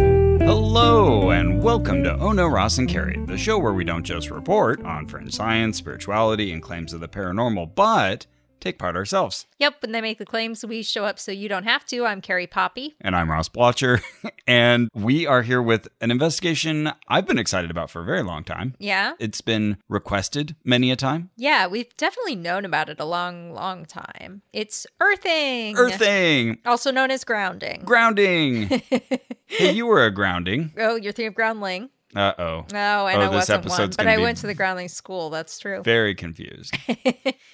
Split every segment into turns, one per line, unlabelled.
Hello, and welcome to Oh No Ross and Carrie, the show where we don't just report on fringe science, spirituality, and claims of the paranormal, but take part ourselves.
Yep, when they make the claims, we show up so you don't have to. I'm Carrie Poppy.
And I'm Ross Blotcher, and we are here with an investigation I've been excited about for a very long time.
Yeah.
It's been requested many a time.
Yeah, we've definitely known about it a long, long time. It's earthing.
Earthing,
Also known as grounding.
grounding. hey, you were a grounding.
oh, you're thinking of groundling.
Uh oh.
No, and
Oh,
I
this
wasn't one.
episode's
But
gonna
I
be-
went to the groundling school. That's true.
Very confused.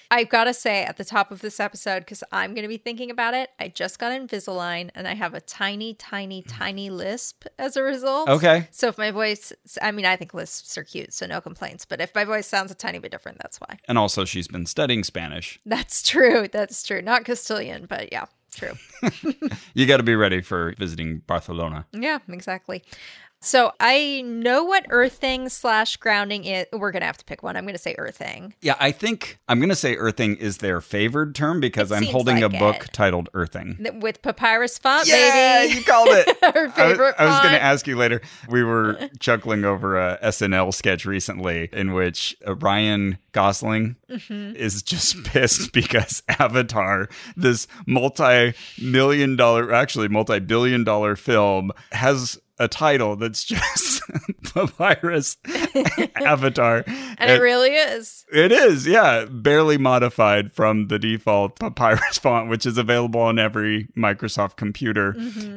I gotta say at the top of this episode, because I'm gonna be thinking about it, I just got Invisalign and I have a tiny, tiny, tiny lisp as a result.
Okay.
So if my voice, I mean, I think lisps are cute, so no complaints. But if my voice sounds a tiny bit different, that's why.
And also, she's been studying Spanish.
That's true. That's true. Not Castilian, but yeah, true.
You got to be ready for visiting Barcelona.
yeah, exactly. So I know what earthing slash grounding is. We're gonna have to pick one. I'm gonna say earthing.
Yeah, I think I'm going to say earthing is their favored term because
It
I'm
seems
holding a
like
book
it.
titled Earthing.
Th- With papyrus font,
Yeah,
baby.
you called it.
Our
I,
favorite
I was going to
font.
ask you later. We were chuckling over a SNL sketch recently in which uh, Ryan Gosling
Mm-hmm.
is just pissed because Avatar, this multi-million dollar, actually multi-billion dollar film, has a title that's just papyrus Avatar,
and it really is.
it is, yeah. Barely modified from the default papyrus font, which is available on every Microsoft computer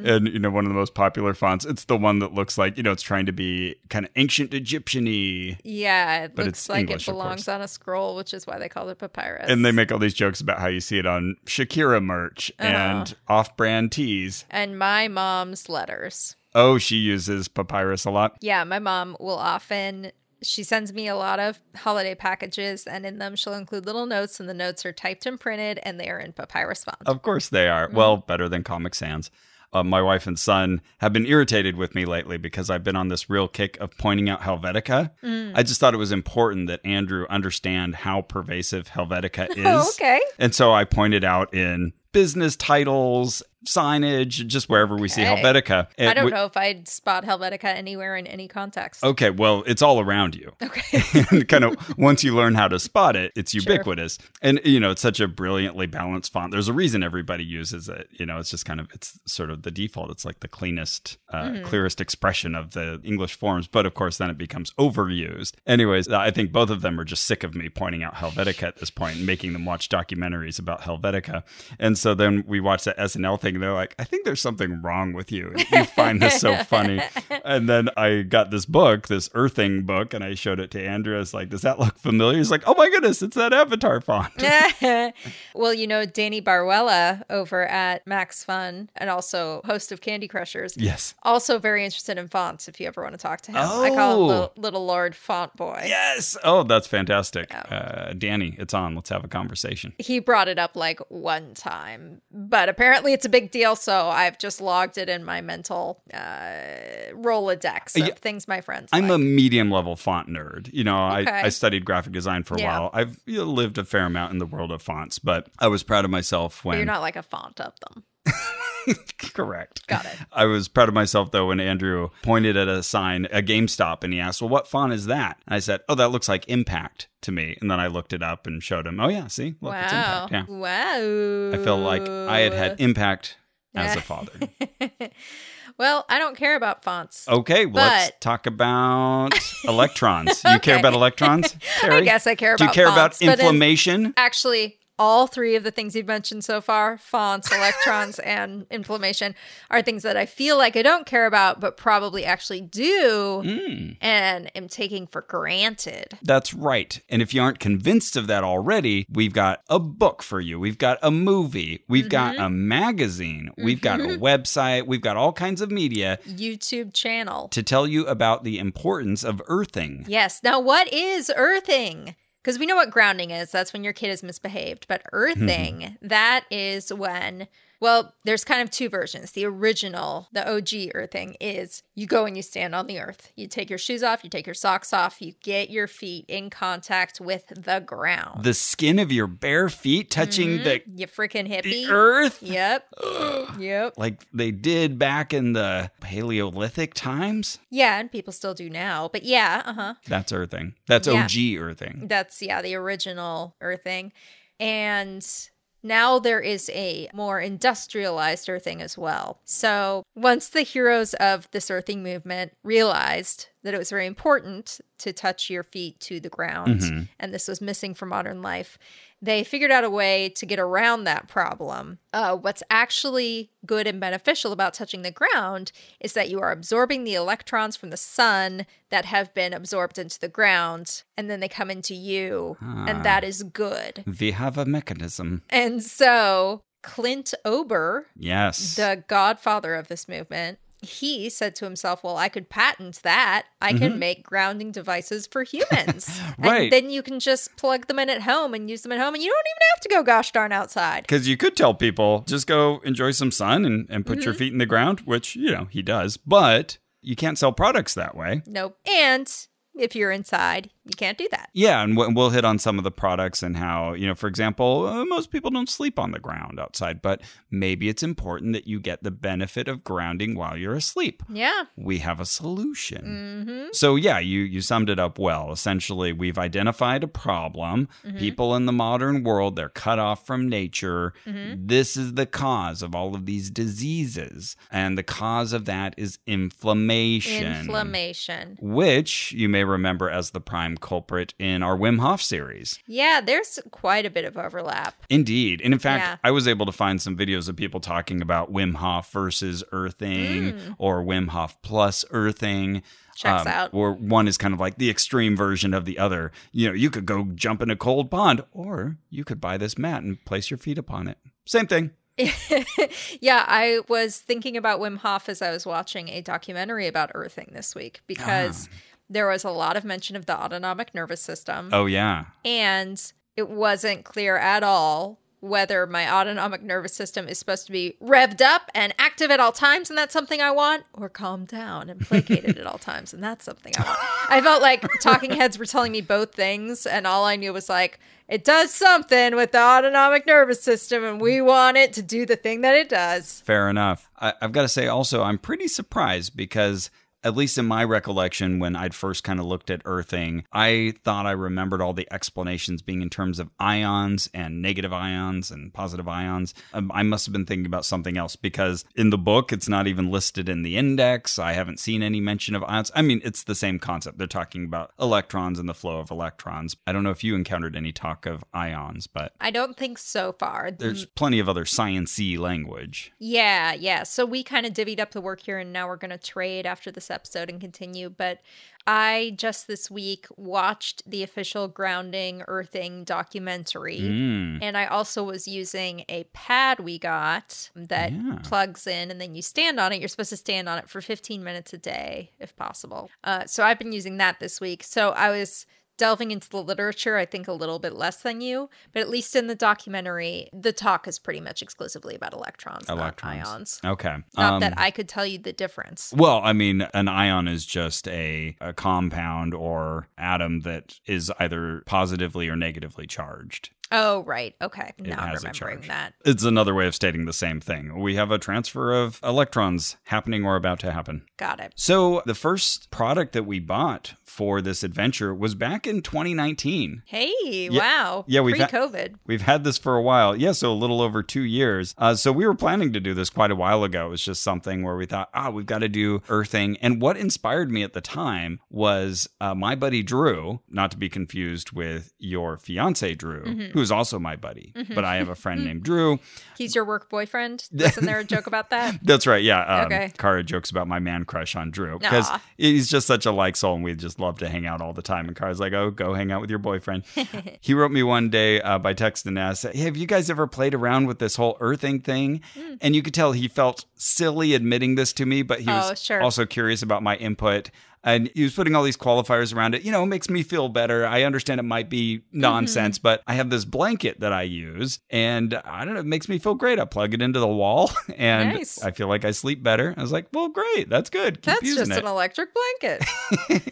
and, you know, one of the most popular fonts. It's the one that looks like, you know, it's trying to be kind of ancient Egyptian y.
Yeah, it
But
looks
it's
like
English,
it
of
belongs
course.
on a scroll, which is why they called it papyrus.
And they make all these jokes about how you see it on Shakira merch and off brand tees.
and my mom's letters.
Oh, she uses papyrus a lot.
Yeah, my mom will often she sends me a lot of holiday packages and in them she'll include little notes and the notes are typed and printed and they are in papyrus font.
Of course they are.
Mm-hmm.
Well, better than Comic Sans. Uh, my wife and son have been irritated with me lately because I've been on this real kick of pointing out Helvetica.
Mm.
I just thought it was important that Andrew understand how pervasive Helvetica is.
Oh, okay.
And so I pointed out in business titles, signage, just wherever we see
Okay.
Helvetica.
I
It
don't
w-
know if I'd spot Helvetica anywhere in any context.
Okay, well, it's all around you.
Okay.
and kind of once you learn how to spot it, it's ubiquitous. And you know, it's such a brilliantly balanced font. There's a reason everybody uses it. You know, it's just kind of it's sort of the default. It's like the cleanest, uh, clearest expression of the English forms. But of course, then it becomes overused. Anyways, I think both of them are just sick of me pointing out Helvetica at this point and making them watch documentaries about Helvetica. And so then we watch that SNL thing, and they're like, "I think there's something wrong with you. You find this so funny." And then I got this book, this earthing book, and I showed it to Andrew. I was like, does that look familiar? He's like, oh my goodness, it's that avatar font.
well, you know, Danny Barwella over at Max Fun and also host of Candy Crushers.
yes.
Also very interested in fonts if you ever want to talk to him. I call him
Oh.
Lil- Little Lord Font Boy.
Yes. Oh, that's fantastic. Uh, Danny, it's on. Let's have a conversation.
he brought it up like one time, but apparently it's a big deal. So I've just logged it in my mental uh, Rolodex of
Uh, Yeah.
things my friends.
I'm a
like.
medium level font nerd. You know,
Okay.
I, I studied graphic design for a
Yeah.
while. I've you know, lived a fair amount in the world of fonts, but I was proud of myself when.
You're not like a font of them.
Correct.
Got it.
I was proud of myself though when Andrew pointed at a sign, a GameStop, and he asked, Well, what font is that? And I said, Oh, that looks like Impact to me. And then I looked it up and showed him, Oh, yeah, see, look, it's
wow.
Impact. Yeah.
Wow.
I feel like I had had Impact as a father.
well, I don't care about fonts.
Okay, well, let's
But-
talk about electrons. You care
Okay.
about electrons? Carrie?
guess I care
Do you
about
care about
fonts, but in-
inflammation?
Actually, all three of the things you've mentioned so far fonts, electrons, and inflammation are things that I feel like I don't care about, but probably actually do and am taking for granted.
That's right. And if you aren't convinced of that already, we've got a book for you. We've got a movie. We've got
Mm-hmm.
a magazine. We've got a website. We've got all kinds of media
YouTube channel.
to tell you about the importance of earthing.
Yes. Now, what is earthing? Because we know what grounding is. That's when your kid is misbehaved. But earthing, that is when Well, there's kind of two versions. The original, the OG earthing, is you go and you stand on the earth. You take your shoes off, you take your socks off, you get your feet in contact with the ground.
The skin of your bare feet touching the,
you freaking
the
hippie.
earth?
Yep. yep.
Like they did back in the Paleolithic times?
Yeah, and people still do now. But yeah, uh huh.
That's earthing. That's
Yeah.
OG earthing.
That's yeah, the original earthing. And now there is a more industrialized earthing as well. So once the heroes of this earthing movement realized that it was very important to touch your feet to the ground, and this was missing from modern life, they figured out a way to get around that problem. Uh, what's actually good and beneficial about touching the ground is that you are absorbing the electrons from the sun that have been absorbed into the ground, and then they come into you, and that is good.
They have a mechanism.
And so Clint Ober,
Yes.
the godfather of this movement, he said to himself, Well, I could patent that. I can make grounding devices for humans.
Right.
And then you can just plug them in at home and use them at home, and you don't even have to go gosh darn outside.
Because you could tell people, just go enjoy some sun and, and put your feet in the ground, which, you know, he does, but you can't sell products that way.
Nope. And if you're inside, you can't do that.
Yeah, and we- we'll hit on some of the products and how, you know, for example, uh, most people don't sleep on the ground outside, but maybe it's important that you get the benefit of grounding while you're asleep.
Yeah.
we have a solution. So yeah, you you summed it up well. Essentially, we've identified a problem. People in the modern world, they're cut off from nature. This is the cause of all of these diseases, and the cause of that is inflammation.
Inflammation.
which you may remember as the prime culprit in our Wim Hof series.
Yeah, there's quite a bit of overlap.
Indeed. And in fact,
Yeah.
I was able to find some videos of people talking about Wim Hof versus earthing or Wim Hof plus earthing.
Mm.
Um,
Checks out.
Or one is kind of like the extreme version of the other. You know, you could go jump in a cold pond or you could buy this mat and place your feet upon it. Same thing.
Mm. yeah, I was thinking about Wim Hof as I was watching a documentary about earthing this week because there was a lot of mention of the autonomic nervous system.
Oh, yeah.
And it wasn't clear at all whether my autonomic nervous system is supposed to be revved up and active at all times and that's something I want, or calmed down and placated at all times and that's something I want. I felt like talking heads were telling me both things, and all I knew was like, it does something with the autonomic nervous system, and we want it to do the thing that it does.
Fair enough. I, I've got to say also, I'm pretty surprised because, at least in my recollection, when I'd first kind of looked at earthing, I thought I remembered all the explanations being in terms of ions and negative ions and positive ions. Um, I must have been thinking about something else because in the book, it's not even listed in the index. I haven't seen any mention of ions. I mean, it's the same concept. They're talking about electrons and the flow of electrons. I don't know if you encountered any talk of ions, but.
I don't think so far.
There's plenty of other science-y language.
Yeah, yeah. So we kind of divvied up the work here, and now we're going to trade after this episode and continue. But I just this week watched the official grounding earthing documentary.
Hmm.
And I also was using a pad we got that plugs in, and then you stand on it. You're supposed to stand on it for 15 minutes a day, if possible. Uh, so I've been using that this week. So I was delving into the literature, I think a little bit less than you, but at least in the documentary, the talk is pretty much exclusively about electrons,
Electrons.
not ions.
Okay.
Not
Um,
that I could tell you the difference.
well, I mean, an ion is just a, a compound or atom that is either positively or negatively charged.
Oh, right. Okay. Now I'm
has a
remembering
charge.
that.
It's another way of stating the same thing. We have a transfer of electrons happening or about to happen.
Got it.
So, the first product that we bought for this adventure was back in 2019.
Hey, wow.
yeah, we've
Pre
had-
COVID.
We've had this for a while. Yeah, so a little over two years. Uh, so we were planning to do this quite a while ago. It was just something where we thought, ah, we've got to do earthing. And what inspired me at the time was uh, my buddy Drew, not to be confused with your fiance Drew, who's also my buddy, but I have a friend named Drew.
He's your work boyfriend. Wasn't there a joke about that?
That's right. Yeah. Um,
Okay.
Kara jokes about my man crush on Drew because
Aw.
he's just such a like soul and we just love to hang out all the time. And Kara's like, oh, go hang out with your boyfriend. he wrote me one day uh, by text and asked, hey, have you guys ever played around with this whole earthing thing?
Mm.
And you could tell he felt silly admitting this to me, but he
Oh,
was
sure.
also curious about my input. And he was putting all these qualifiers around it. You know, it makes me feel better. I understand it might be
Mm-hmm.
nonsense, but I have this blanket that I use and I don't know, it makes me feel great. I plug it into the wall and
Nice.
I feel like I sleep better. I was like, well, great. That's good. Keep
That's
using
just
it.
an electric blanket.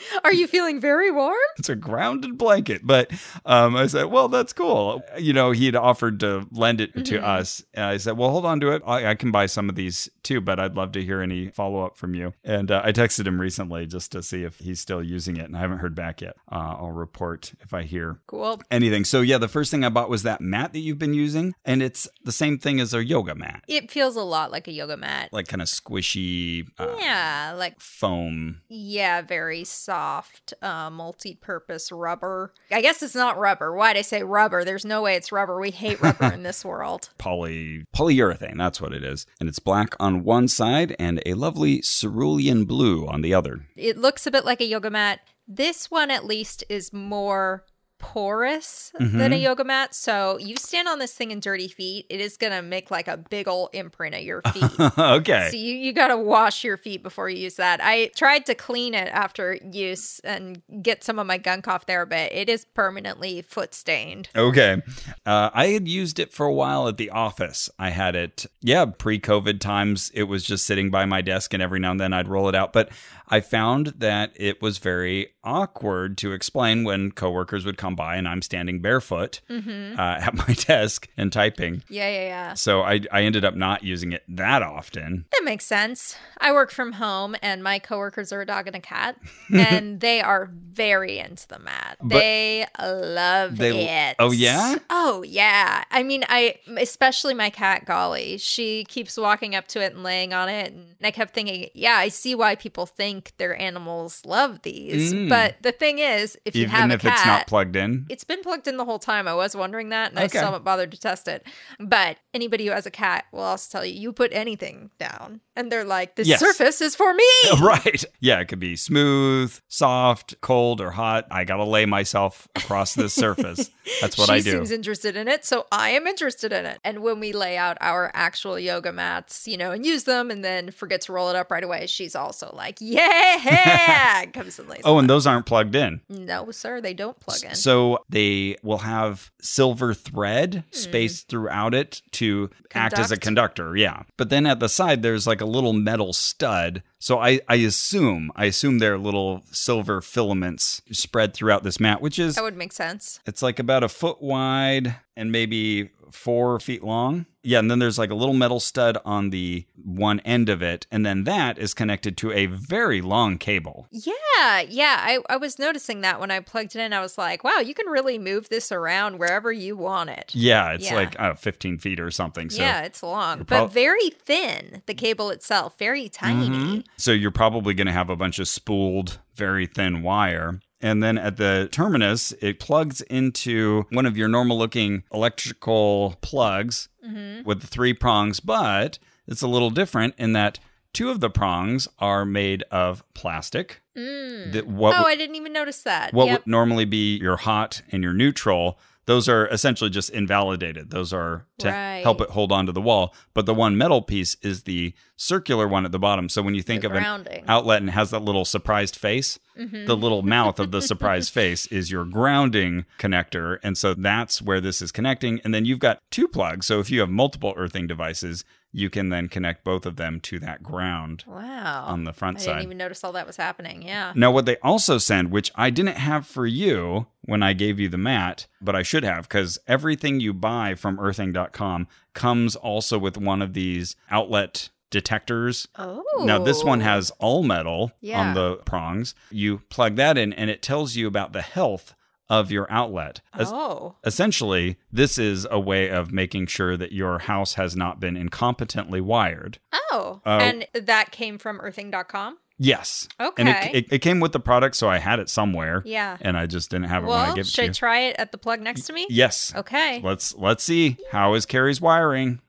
Are you feeling very warm?
it's a grounded blanket. But um, I said, well, that's cool. You know, he had offered to lend it to us. And I said, well, hold on to it. I, I can buy some of these too, but I'd love to hear any follow up from you. And uh, I texted him recently just to see if he's still using it. And I haven't heard back yet. Uh, I'll report if I hear
Cool.
anything. So, yeah, the first thing I bought was that mat that you've been using. And it's the same thing as our yoga mat,
It feels a lot like a yoga mat.
like kind of squishy uh,
yeah, like
foam.
yeah, very soft, uh, multi-purpose rubber. I guess it's not rubber. Why'd I say rubber? There's no way it's rubber. We hate rubber in this world.
poly polyurethane that's what it is and it's black on one side and a lovely cerulean blue on the other
It looks a bit like a yoga mat. This one, at least, is more porous than a yoga mat. So you stand on this thing in dirty feet, it is gonna make like a big old imprint at your feet.
okay
So you, you got to wash your feet before you use that. I tried to clean it after use and get some of my gunk off there, but it is permanently foot stained.
okay uh, i had used it for a while at the office i had it yeah pre-covid times it was just sitting by my desk and every now and then i'd roll it out but i found that it was very awkward to explain when coworkers would come by and i'm standing barefoot
Mm-hmm.
uh, at my desk and typing
Yeah, yeah, yeah.
so I, I ended up not using it that often
That makes sense. I work from home and my coworkers are a dog and a cat, and they are very into the mat. they love
They-
it.
oh, yeah?
Oh, yeah. I mean, I, especially my cat, Golly, she keeps walking up to it and laying on it. And I kept thinking, yeah, I see why people think their animals love these.
Mm.
But the thing is, if you have
even
a
if
cat,
it's not plugged in
it's been plugged in the whole time. I was wondering that, and I
Okay.
still haven't bothered to test it. But anybody who has a cat will also tell you you put anything down, and they're like, "This
Yes.
surface is for me."
right. Yeah, it could be smooth, soft, cold, or hot. I gotta lay myself across this surface. That's what
she
I do.
seems interested in it, so I am interested in it. And when we lay out our actual yoga mats, you know, and use them, and then forget to roll it up right away, she's also like, "Yeah!" and comes and lays.
oh,
on
and those aren't plugged in.
it. no, sir, they don't plug in.
So they will have silver thread
Hmm.
spaced throughout it to act as a conductor. Yeah. But then at the side, there's like a little metal stud. So I, I assume, I assume they're little silver filaments spread throughout this mat, which is
that would make sense.
It's like about a foot wide and maybe four feet long. Yeah, and then there's like a little metal stud on the one end of it, and then that is connected to a very long cable.
Yeah, yeah. I, I was noticing that when I plugged it in. I was like, wow, you can really move this around wherever you want it.
Yeah, it's
Yeah.
like uh, 15 feet or something. So.
yeah, it's long,
prob- Mm-hmm.
but very thin. The cable itself, very tiny.
So you're probably going to have a bunch of spooled, very thin wire. And then at the terminus, it plugs into one of your normal looking electrical plugs
Mm-hmm.
with the three prongs, but it's a little different in that two of the prongs are made of plastic. That what
Oh,
would-
I didn't even notice that.
what
yep.
would normally be your hot and your neutral, those are essentially just invalidated. Those are to
Right.
help it hold onto the wall. But the one metal piece is the circular one at the bottom. So when you think
The
of an
grounding.
outlet and has that little surprised face,
Mm-hmm.
the little mouth of the surprised face is your grounding connector. And so that's where this is connecting. And then you've got two plugs. So if you have multiple earthing devices, you can then connect both of them to that ground
wow.
on the
Oh, I
front
didn't
side.
even notice all that was happening. Yeah.
Now, what they also send, which I didn't have for you when I gave you the mat, but I should have, because everything you buy from earthing.com comes also with one of these outlet detectors.
Oh.
Now, this one has all metal
Yeah.
on the prongs. You plug that in, and it tells you about the health of your outlet. Es-
Oh.
Essentially, this is a way of making sure that your house has not been incompetently wired.
Oh.
Oh.
and that came from earthing.com?
Yes.
Okay.
And it, it, it came with the product, so I had it somewhere.
Yeah.
And I just didn't have it when I
well,
gave it
should
to
I
you.
try it at the plug next to me?
yes.
Okay.
Let's let's see how is Carrie's wiring.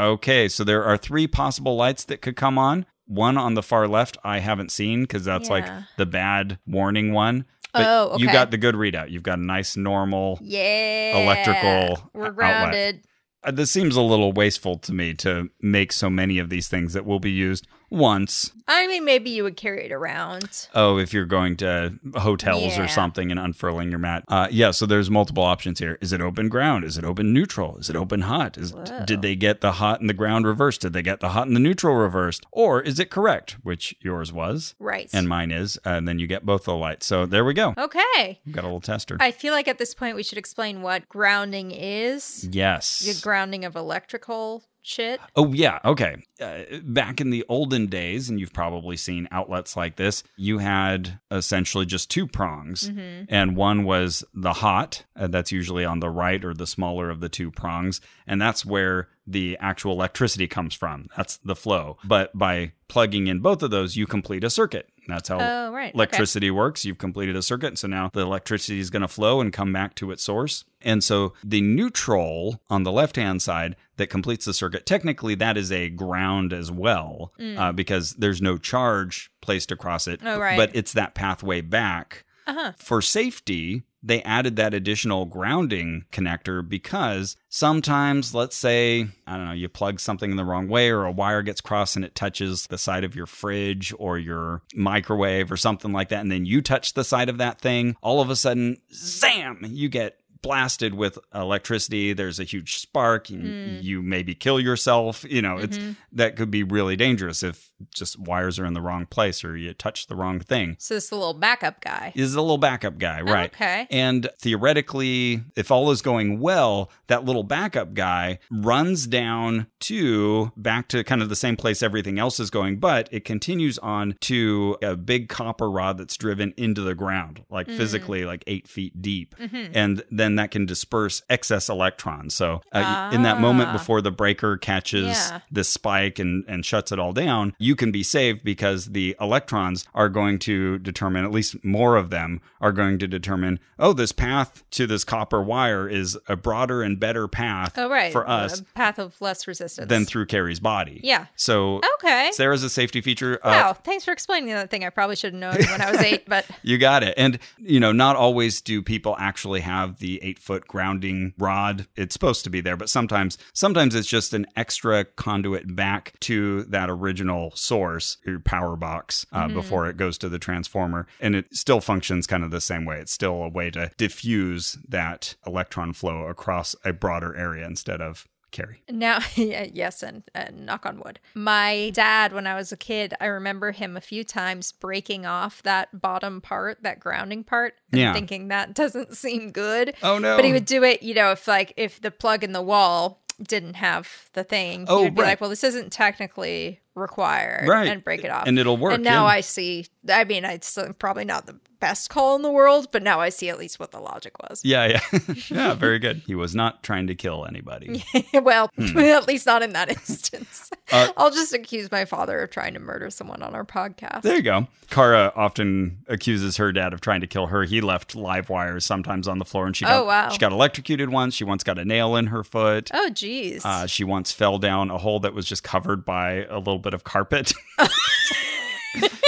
Okay, so there are three possible lights that could come on. One on the far left I haven't seen because that's like
Yeah.
the bad warning one. But
Oh,
you
okay.
got the good readout. You've got a nice normal.
Yeah.
Electrical
We're
outlet.
grounded.
Uh, This seems a little wasteful to me to make so many of these things that will be used once.
I mean, maybe you would carry it around.
Oh, if you're going to hotels
Yeah.
or something and unfurling your mat. Uh, yeah, so there's multiple options here. Is it open ground? Is it open neutral? Is it open hot? Is,
Whoa.
did they get the hot and the ground reversed? Did they get the hot and the neutral reversed? Or is it correct, which yours was
Right.
and mine is? And then you get both the lights. So there we go.
okay.
We've got a little tester.
Oh. I feel like at this point we should explain what grounding is.
yes.
The grounding of electrical shit.
Oh, yeah. Okay. Uh, back in the olden days, and you've probably seen outlets like this, you had essentially just two prongs. And one was the hot, uh, that's usually on the right or the smaller of the two prongs. And that's where the actual electricity comes from. That's the flow. But by plugging in both of those, you complete a circuit. That's how
Oh, right. Okay.
electricity works. You've completed a circuit. So now the electricity is going to flow and come back to its source. And so the neutral on the left hand side that completes the circuit, technically that is a ground as well uh, because there's no charge placed across it.
Mm. Oh, right.
But it's that pathway back.
Uh-huh.
For safety, they added that additional grounding connector because sometimes, let's say, I don't know, you plug something in the wrong way or a wire gets crossed and it touches the side of your fridge or your microwave or something like that. And then you touch the side of that thing. All of a sudden, zam, you get blasted with electricity. There's a huge spark. And You maybe kill yourself. You know, it's that could be really dangerous if just wires are in the wrong place or you touch the wrong thing
So this is the little backup guy.
is a little backup guy, right?
okay.
And theoretically, if all is going well, that little backup guy runs down to back to kind of the same place everything else is going, but it continues on to a big copper rod that's driven into the ground, like
Mm.
physically, like eight feet deep.
Mm-hmm.
And then that can disperse excess electrons. So uh, in that moment
Ah.
before the breaker catches
Yeah.
this spike and, and shuts it all down, you can be saved because the electrons are going to determine, at least more of them are going to determine, oh, this path to this copper wire is a broader and better path
Oh, right.
for us
A path of less resistance.
than through Carrie's body.
Yeah.
So
Okay.
Sarah's a safety feature. Uh,
wow. Thanks for explaining that thing. I probably should have known when I was eight, but
You got it. And, you know, not always do people actually have the eight foot grounding rod. It's supposed to be there, but sometimes, sometimes it's just an extra conduit back to that original source, your power box, uh,
Mm-hmm.
before it goes to the transformer. And it still functions kind of the same way. It's still a way to diffuse that electron flow across a broader area instead of carry.
Now, yeah, yes, and, and knock on wood. My dad, when I was a kid, I remember him a few times breaking off that bottom part, that grounding part, and
Yeah.
thinking that doesn't seem good.
Oh, no.
But he would do it, you know, if like if the plug in the wall didn't have the thing,
Oh,
he would be
right.
like, "Well, this isn't technically required,"
Right.
and break it off,
And it'll work,
And now
yeah.
I see. I mean, it's uh, probably not the best call in the world, but now I see at least what the logic was.
Yeah, yeah. yeah, very good. He was not trying to kill anybody.
well, at least not in that instance.
Hmm. Uh,
I'll just accuse my father of trying to murder someone on our podcast.
There you go. Kara often accuses her dad of trying to kill her. He left live wires sometimes on the floor, and she got
Oh, wow.
she got electrocuted once. She once got a nail in her foot.
oh, jeez.
Uh, she once fell down a hole that was just covered by a little bit of carpet.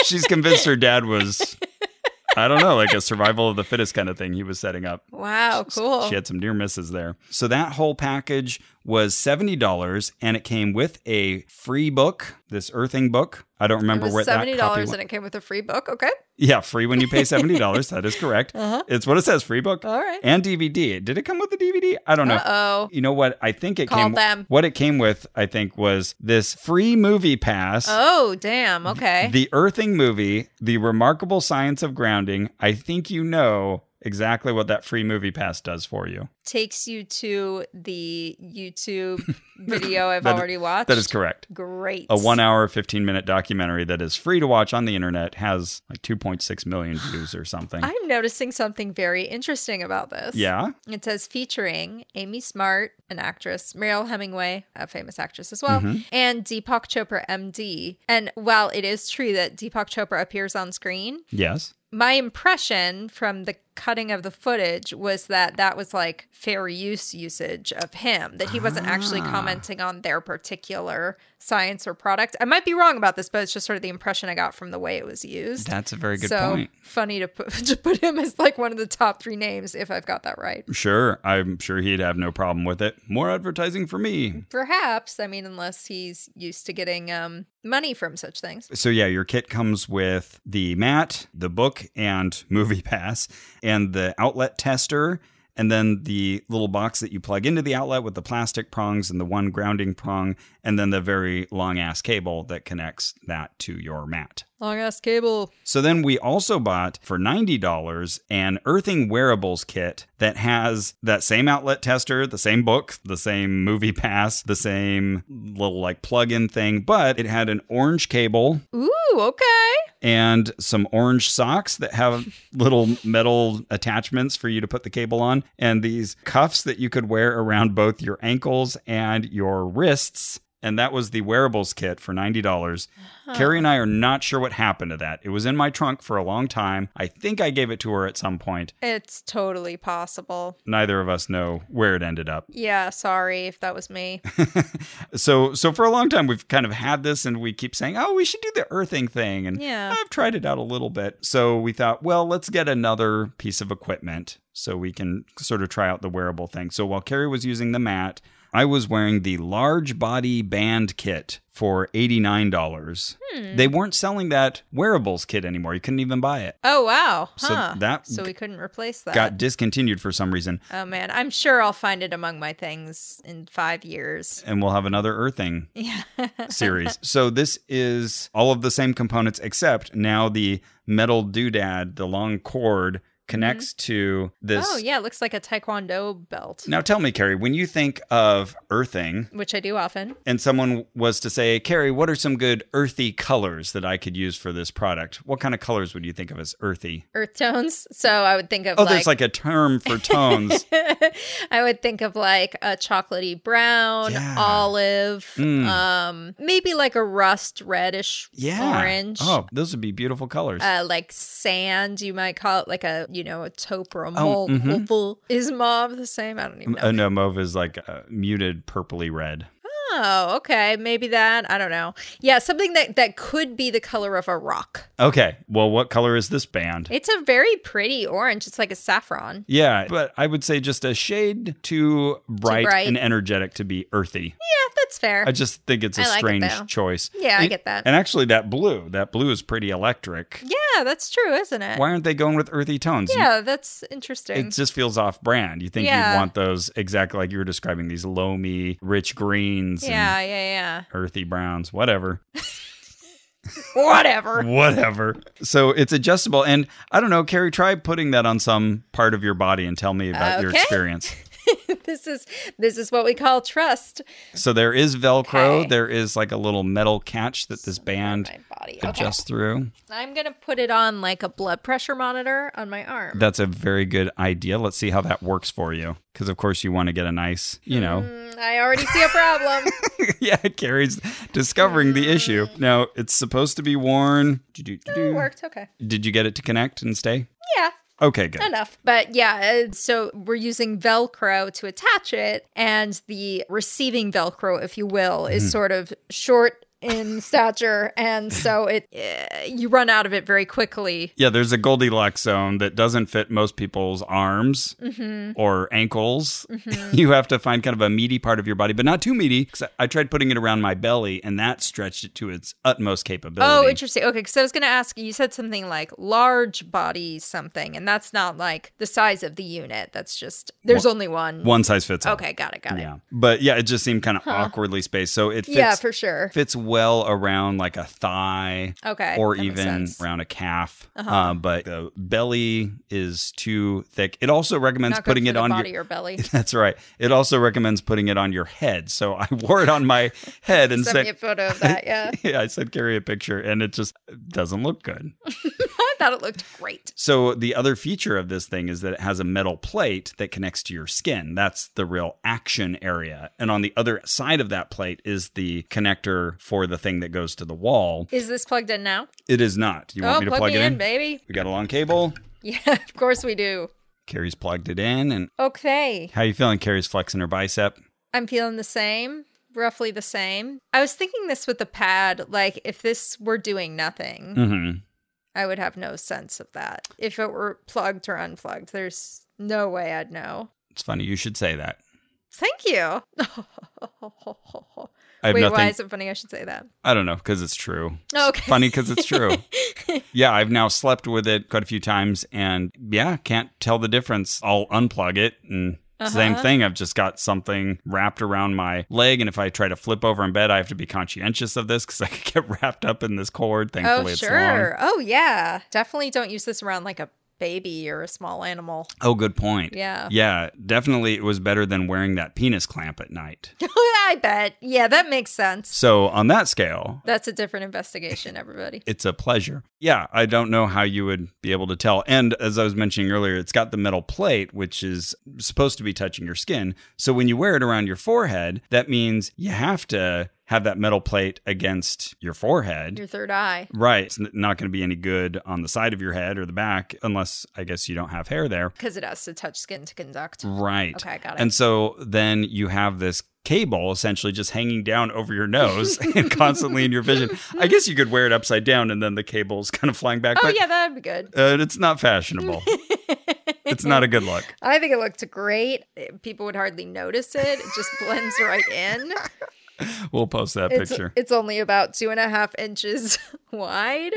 She's convinced her dad was, I don't know, like a survival of the fittest kind of thing he was setting up.
wow, cool.
She had some near misses there. So that whole package was $70 and it came with a free book, this earthing book. I don't
it
remember
was
where that
seventy
copy
dollars
went.
and it came with a free book. Okay,
Yeah, free when you pay seventy dollars. that is correct. It's what it says, free book.
All right.
And DVD. Did it come with a DVD? I don't know.
Uh-oh.
You know what? I think it
Call
came.
them.
What it came with, I think, was this free movie pass.
oh damn. Okay,
The Earthing movie, The Remarkable Science of Grounding. I think you know exactly what that free movie pass does for you.
takes you to the YouTube video I've
That is-
already watched.
That is correct.
Great.
A one hour, 15 minute documentary that is free to watch on the internet has like 2.6 million views or something.
I'm noticing something very interesting about this.
yeah.
It says featuring Amy Smart, an actress, Meryl Hemingway, a famous actress as well,
Mm-hmm.
and Deepak Chopra, MD. And while it is true that Deepak Chopra appears on screen,
Yes.
my impression from the cutting of the footage was that that was like fair use usage of him, that he wasn't actually
Ah.
commenting on their particular science or product. I might be wrong about this, but it's just sort of the impression I got from the way it was used.
That's a very good
so
point.
funny to put, to put him as like one of the top three names if I've got that right.
Sure, I'm sure he'd have no problem with it. More advertising for me.
Perhaps, I mean, unless he's used to getting um, money from such things.
So yeah, your kit comes with the mat, the book, and movie pass, and the outlet tester, and then the little box that you plug into the outlet with the plastic prongs and the one grounding prong, and then the very long ass cable that connects that to your mat.
Long ass cable.
So then we also bought for $90 an earthing wearables kit that has that same outlet tester, the same book, the same movie pass, the same little like plug in thing, but it had an orange cable
Ooh, okay.
and some orange socks that have little metal attachments for you to put the cable on, and these cuffs that you could wear around both your ankles and your wrists. And that was the wearables kit for $90. Carrie and I are not sure what happened to that. It was in my trunk for a long time. I think I gave it to her at some point.
It's totally possible.
Neither of us know where it ended up.
Yeah, sorry if that was me.
So so for a long time we've kind of had this and we keep saying, "Oh, we should do the earthing thing." And
Yeah.
I've tried it out a little bit. So we thought, "Well, let's get another piece of equipment so we can sort of try out the wearable thing." So while Carrie was using the mat, I was wearing the large body band kit for $89.
Hmm.
They weren't selling that wearables kit anymore. You couldn't even buy it.
Oh wow.
So
Huh.
that
so we couldn't replace that.
Got discontinued for some reason.
oh man, I'm sure I'll find it among my things in 5 years.
and we'll have another earthing series. So this is all of the same components except now the metal doodad, the long cord connects to this.
Mm-hmm. Oh yeah, it looks like a taekwondo belt,
Now tell me, Carrie, when you think of earthing
which I do often.
and someone was to say, Carrie, what are some good earthy colors that I could use for this product? What kind of colors would you think of as earthy?
Earth tones. So I would think of
Oh,
like,
there's like a term for tones.
I would think of like a chocolatey brown,
Yeah.
olive,
Mm.
um maybe like a rust reddish
yeah.
orange.
Oh, those would be beautiful colors.
uh, like sand, you might call it like a, you know, a taupe or a
Oh,
mole.
mhm.
opal. Is mauve the same? I don't even know.
Uh, no, mauve is like uh, muted purpley red.
Oh, okay. Maybe that. I don't know. Yeah, something that that could be the color of a rock.
Okay. Well, what color is this band?
It's a very pretty orange. It's like a saffron.
Yeah, but I would say just a shade too bright,
bright.
and energetic to be earthy.
Yeah, that's fair.
I just think it's a
I like it,
strange
though.
choice.
Yeah, I
And-
get that.
And actually, that blue, that blue is pretty electric.
yeah, that's true, isn't it?
Why aren't they going with earthy tones?
Yeah, that's interesting.
It just feels off brand. You think
Yeah.
you'd want those exactly like you were describing these loamy, rich greens and
yeah, yeah,
earthy browns, whatever.
yeah. Whatever.
whatever. So it's adjustable. And I don't know, Carrie, try putting that on some part of your body and tell me about your
Okay.
experience.
this is this is what we call trust.
So there is Velcro.
Okay.
There is like a little metal catch that this band
My body. Okay.
adjusts through.
I'm gonna put it on like a blood pressure monitor on my arm.
That's a very good idea. Let's see how that works for you. Because, of course, you want to get a nice, you know.
Mm, I already see a problem.
yeah, Carrie's discovering the issue. Now, it's supposed to be worn.
Mm-hmm. it worked. Okay.
Did you get it to connect and stay?
Yeah.
Okay, good.
enough. But yeah, uh, so we're using Velcro to attach it, and the receiving Velcro, if you will, is sort of short in stature, and so it uh, you run out of it very quickly.
Yeah, there's a Goldilocks zone that doesn't fit most people's arms
Mm-hmm.
or ankles. You have to find kind of a meaty part of your body, but not too meaty. 'cause I tried putting it around my belly, and that stretched it to its utmost capability.
Oh, interesting. Okay, because I was going to ask you said something like large body something, and that's not like the size of the unit. That's just there's only one.
One size fits all.
Okay, got it, got it.
Yeah, but yeah, it just seemed kind of awkwardly spaced. So it fits,
Yeah, for sure.
fits well around like a thigh,
Okay,
or
that makes
even
sense. Uh-huh.
around a calf. Uh, but the belly is too thick. It also recommends
Not good
putting
for
it
the
on your
body or belly.
That's right. It also recommends putting it on your head. So I wore it on my head and
Send me a
said,
photo of that. Yeah,
yeah, I said carry a picture, and it just doesn't look good.
I thought it looked great.
So the other feature of this thing is that it has a metal plate that connects to your skin. That's the real action area. And on the other side of that plate is the connector for the thing that goes to the wall.
Is this plugged in now?
It is not. You want
oh,
me to
plug
plug
me
it
in,
in?
baby.
We got a long cable.
Yeah, of course we do.
Carrie's plugged it in, and
Okay.
how you feeling? Carrie's flexing her bicep.
I'm feeling the same, roughly the same. I was thinking this with the pad, like if this were doing nothing,
Mm-hmm.
I would have no sense of that. If it were plugged or unplugged, there's no way I'd know.
It's funny you should say that.
Thank you.
I have
Wait,
nothing.
why is it funny I should say that?
I don't know because it's true.
Okay.
Funny because it's true. yeah, I've now slept with it quite a few times, and yeah, can't tell the difference. I'll unplug it and. Same
Uh-huh.
thing. I've just got something wrapped around my leg, and if I try to flip over in bed, I have to be conscientious of this because I could get wrapped up in this cord.
Oh,
Thankfully, it's long.
sure. Oh, yeah. Definitely don't use this around like a baby or a small animal.
Oh, good point.
Yeah.
yeah, definitely, it was better than wearing that penis clamp at night.
I bet. Yeah, that makes sense.
So, on that scale,
That's a different investigation, everybody.
it's a pleasure. Yeah, I don't know how you would be able to tell. And as I was mentioning earlier, it's got the metal plate, which is supposed to be touching your skin. So when you wear it around your forehead, that means you have to have that metal plate against your forehead.
Your third eye.
Right. It's n- not going to be any good on the side of your head or the back, unless I guess you don't have hair there.
Because it has to touch skin to conduct.
Right.
Okay, I got it.
And so then you have this cable essentially just hanging down over your nose and constantly in your vision. I guess you could wear it upside down and then the cable's kind of flying back.
oh,
but
yeah, that'd be good.
uh, it's not fashionable. it's not a good look.
I think it looked great. People would hardly notice it. It just blends right in.
We'll post that
It's,
picture.
it's only about two and a half inches wide.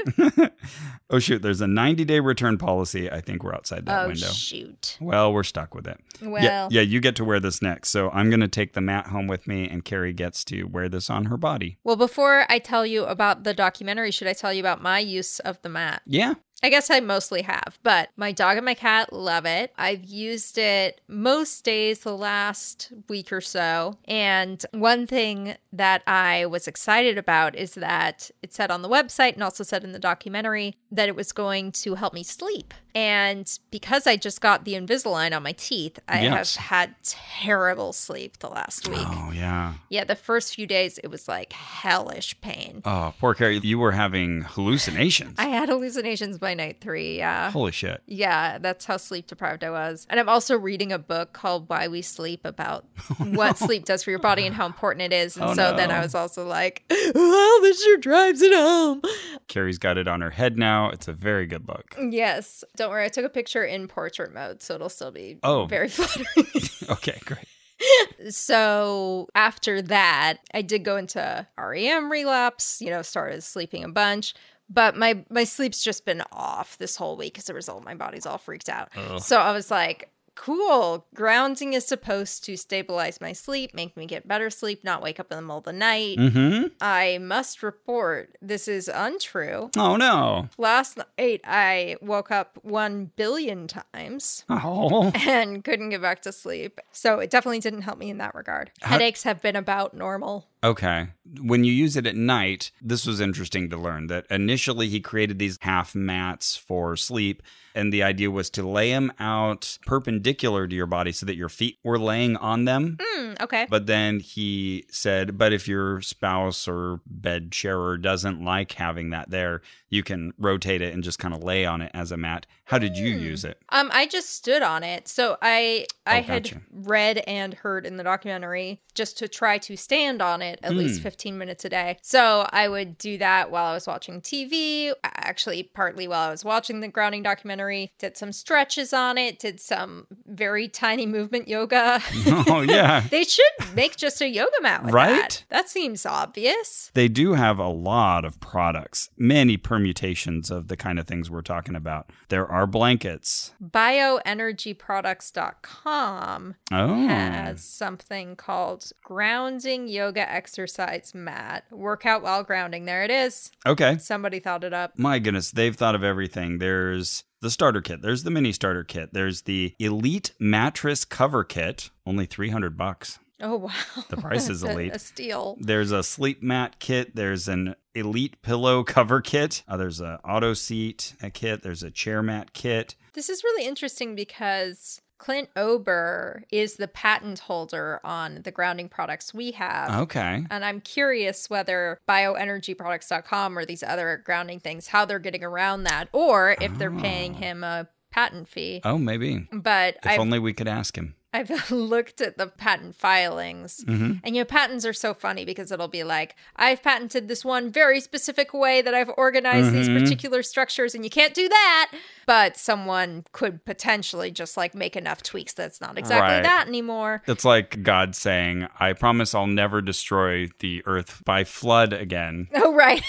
Oh, shoot. There's a 90 day return policy. I think we're outside that
oh,
window.
shoot.
well, we're stuck with it. yeah,
Well.
yeah, you get to wear this next. So I'm going to take the mat home with me, and Carrie gets to wear this on her body.
Well, before I tell you about the documentary, should I tell you about my use of the mat?
Yeah.
I guess I mostly have, but my dog and my cat love it. I've used it most days the last week or so. And one thing that I was excited about is that it said on the website and also said in the documentary that it was going to help me sleep. And because I just got the Invisalign on my teeth, I
Yes.
have had terrible sleep the last week.
Oh, yeah.
Yeah, the first few days it was like hellish pain.
Oh, poor Carrie. You were having hallucinations.
I had hallucinations by night three. Yeah.
Holy shit.
Yeah, that's how sleep deprived I was. And I'm also reading a book called Why We Sleep about what sleep does for your body and how important it is. And
Oh,
so then
no.
I was also like, oh, this sure drives it home.
Carrie's got it on her head now. It's a very good look.
Yes. Don't worry. I took a picture in portrait mode, so it'll still be
Oh.
very flattering.
Okay, great.
so after that, I did go into REM relapse, you know, started sleeping a bunch. But my my sleep's just been off this whole week as a result. My body's all freaked out.
Ugh.
So I was like, cool. Grounding is supposed to stabilize my sleep, make me get better sleep, not wake up in the middle of the night.
Mm-hmm.
I must report this is untrue.
Oh, no.
Last night I woke up 1 billion times
Oh.
and couldn't get back to sleep. So it definitely didn't help me in that regard.
How-
Headaches have been about normal.
Okay. When you use it at night, this was interesting to learn that initially he created these half mats for sleep. And the idea was to lay them out perpendicular to your body so that your feet were laying on them.
Hmm, okay.
But then he said, but if your spouse or bed sharer doesn't like having that there, you can rotate it and just kind of lay on it as a mat. How did you use it?
Um, I just stood on it. So I I
Oh,
had
gotcha.
read and heard in the documentary just to try to stand on it at least
Hmm.
15 minutes a day. So I would do that while I was watching TV, a- actually partly while I was watching the grounding documentary, did some stretches on it, did some very tiny movement yoga.
oh, yeah.
they should make just a yoga mat with
Right?
that. That seems obvious.
They do have a lot of products, many permutations of the kind of things we're talking about. There are blankets.
bioenergyproducts.com
Oh.
has something called grounding yoga exercise mat workout while grounding there it is
Okay.
somebody thought it up
My goodness, they've thought of everything. There's the starter kit, there's the mini starter kit, there's the elite mattress cover kit, only 300 bucks.
oh wow
The price is
That's a-
elite.
a steal
There's a sleep mat kit, there's an elite pillow cover kit, uh, there's a auto seat a kit, there's a chair mat kit.
this is really interesting because clint ober is the patent holder on the grounding products we have
Oh. Okay.
And I'm curious whether bioenergyproducts.com or these other grounding things, how they're getting around that, or if they're paying him a patent fee.
Ah. Oh, maybe.
But
If
I've,
only we could ask him.
I've looked at the patent filings.
hmm
And you know, patents are so funny because it'll be like, I've patented this one very specific way that I've organized these
Mhm.
particular structures, and you can't do that. But someone could potentially just like make enough tweaks that's not exactly
Right.
that anymore.
It's like God saying, I promise I'll never destroy the earth by flood again,
Oh, right.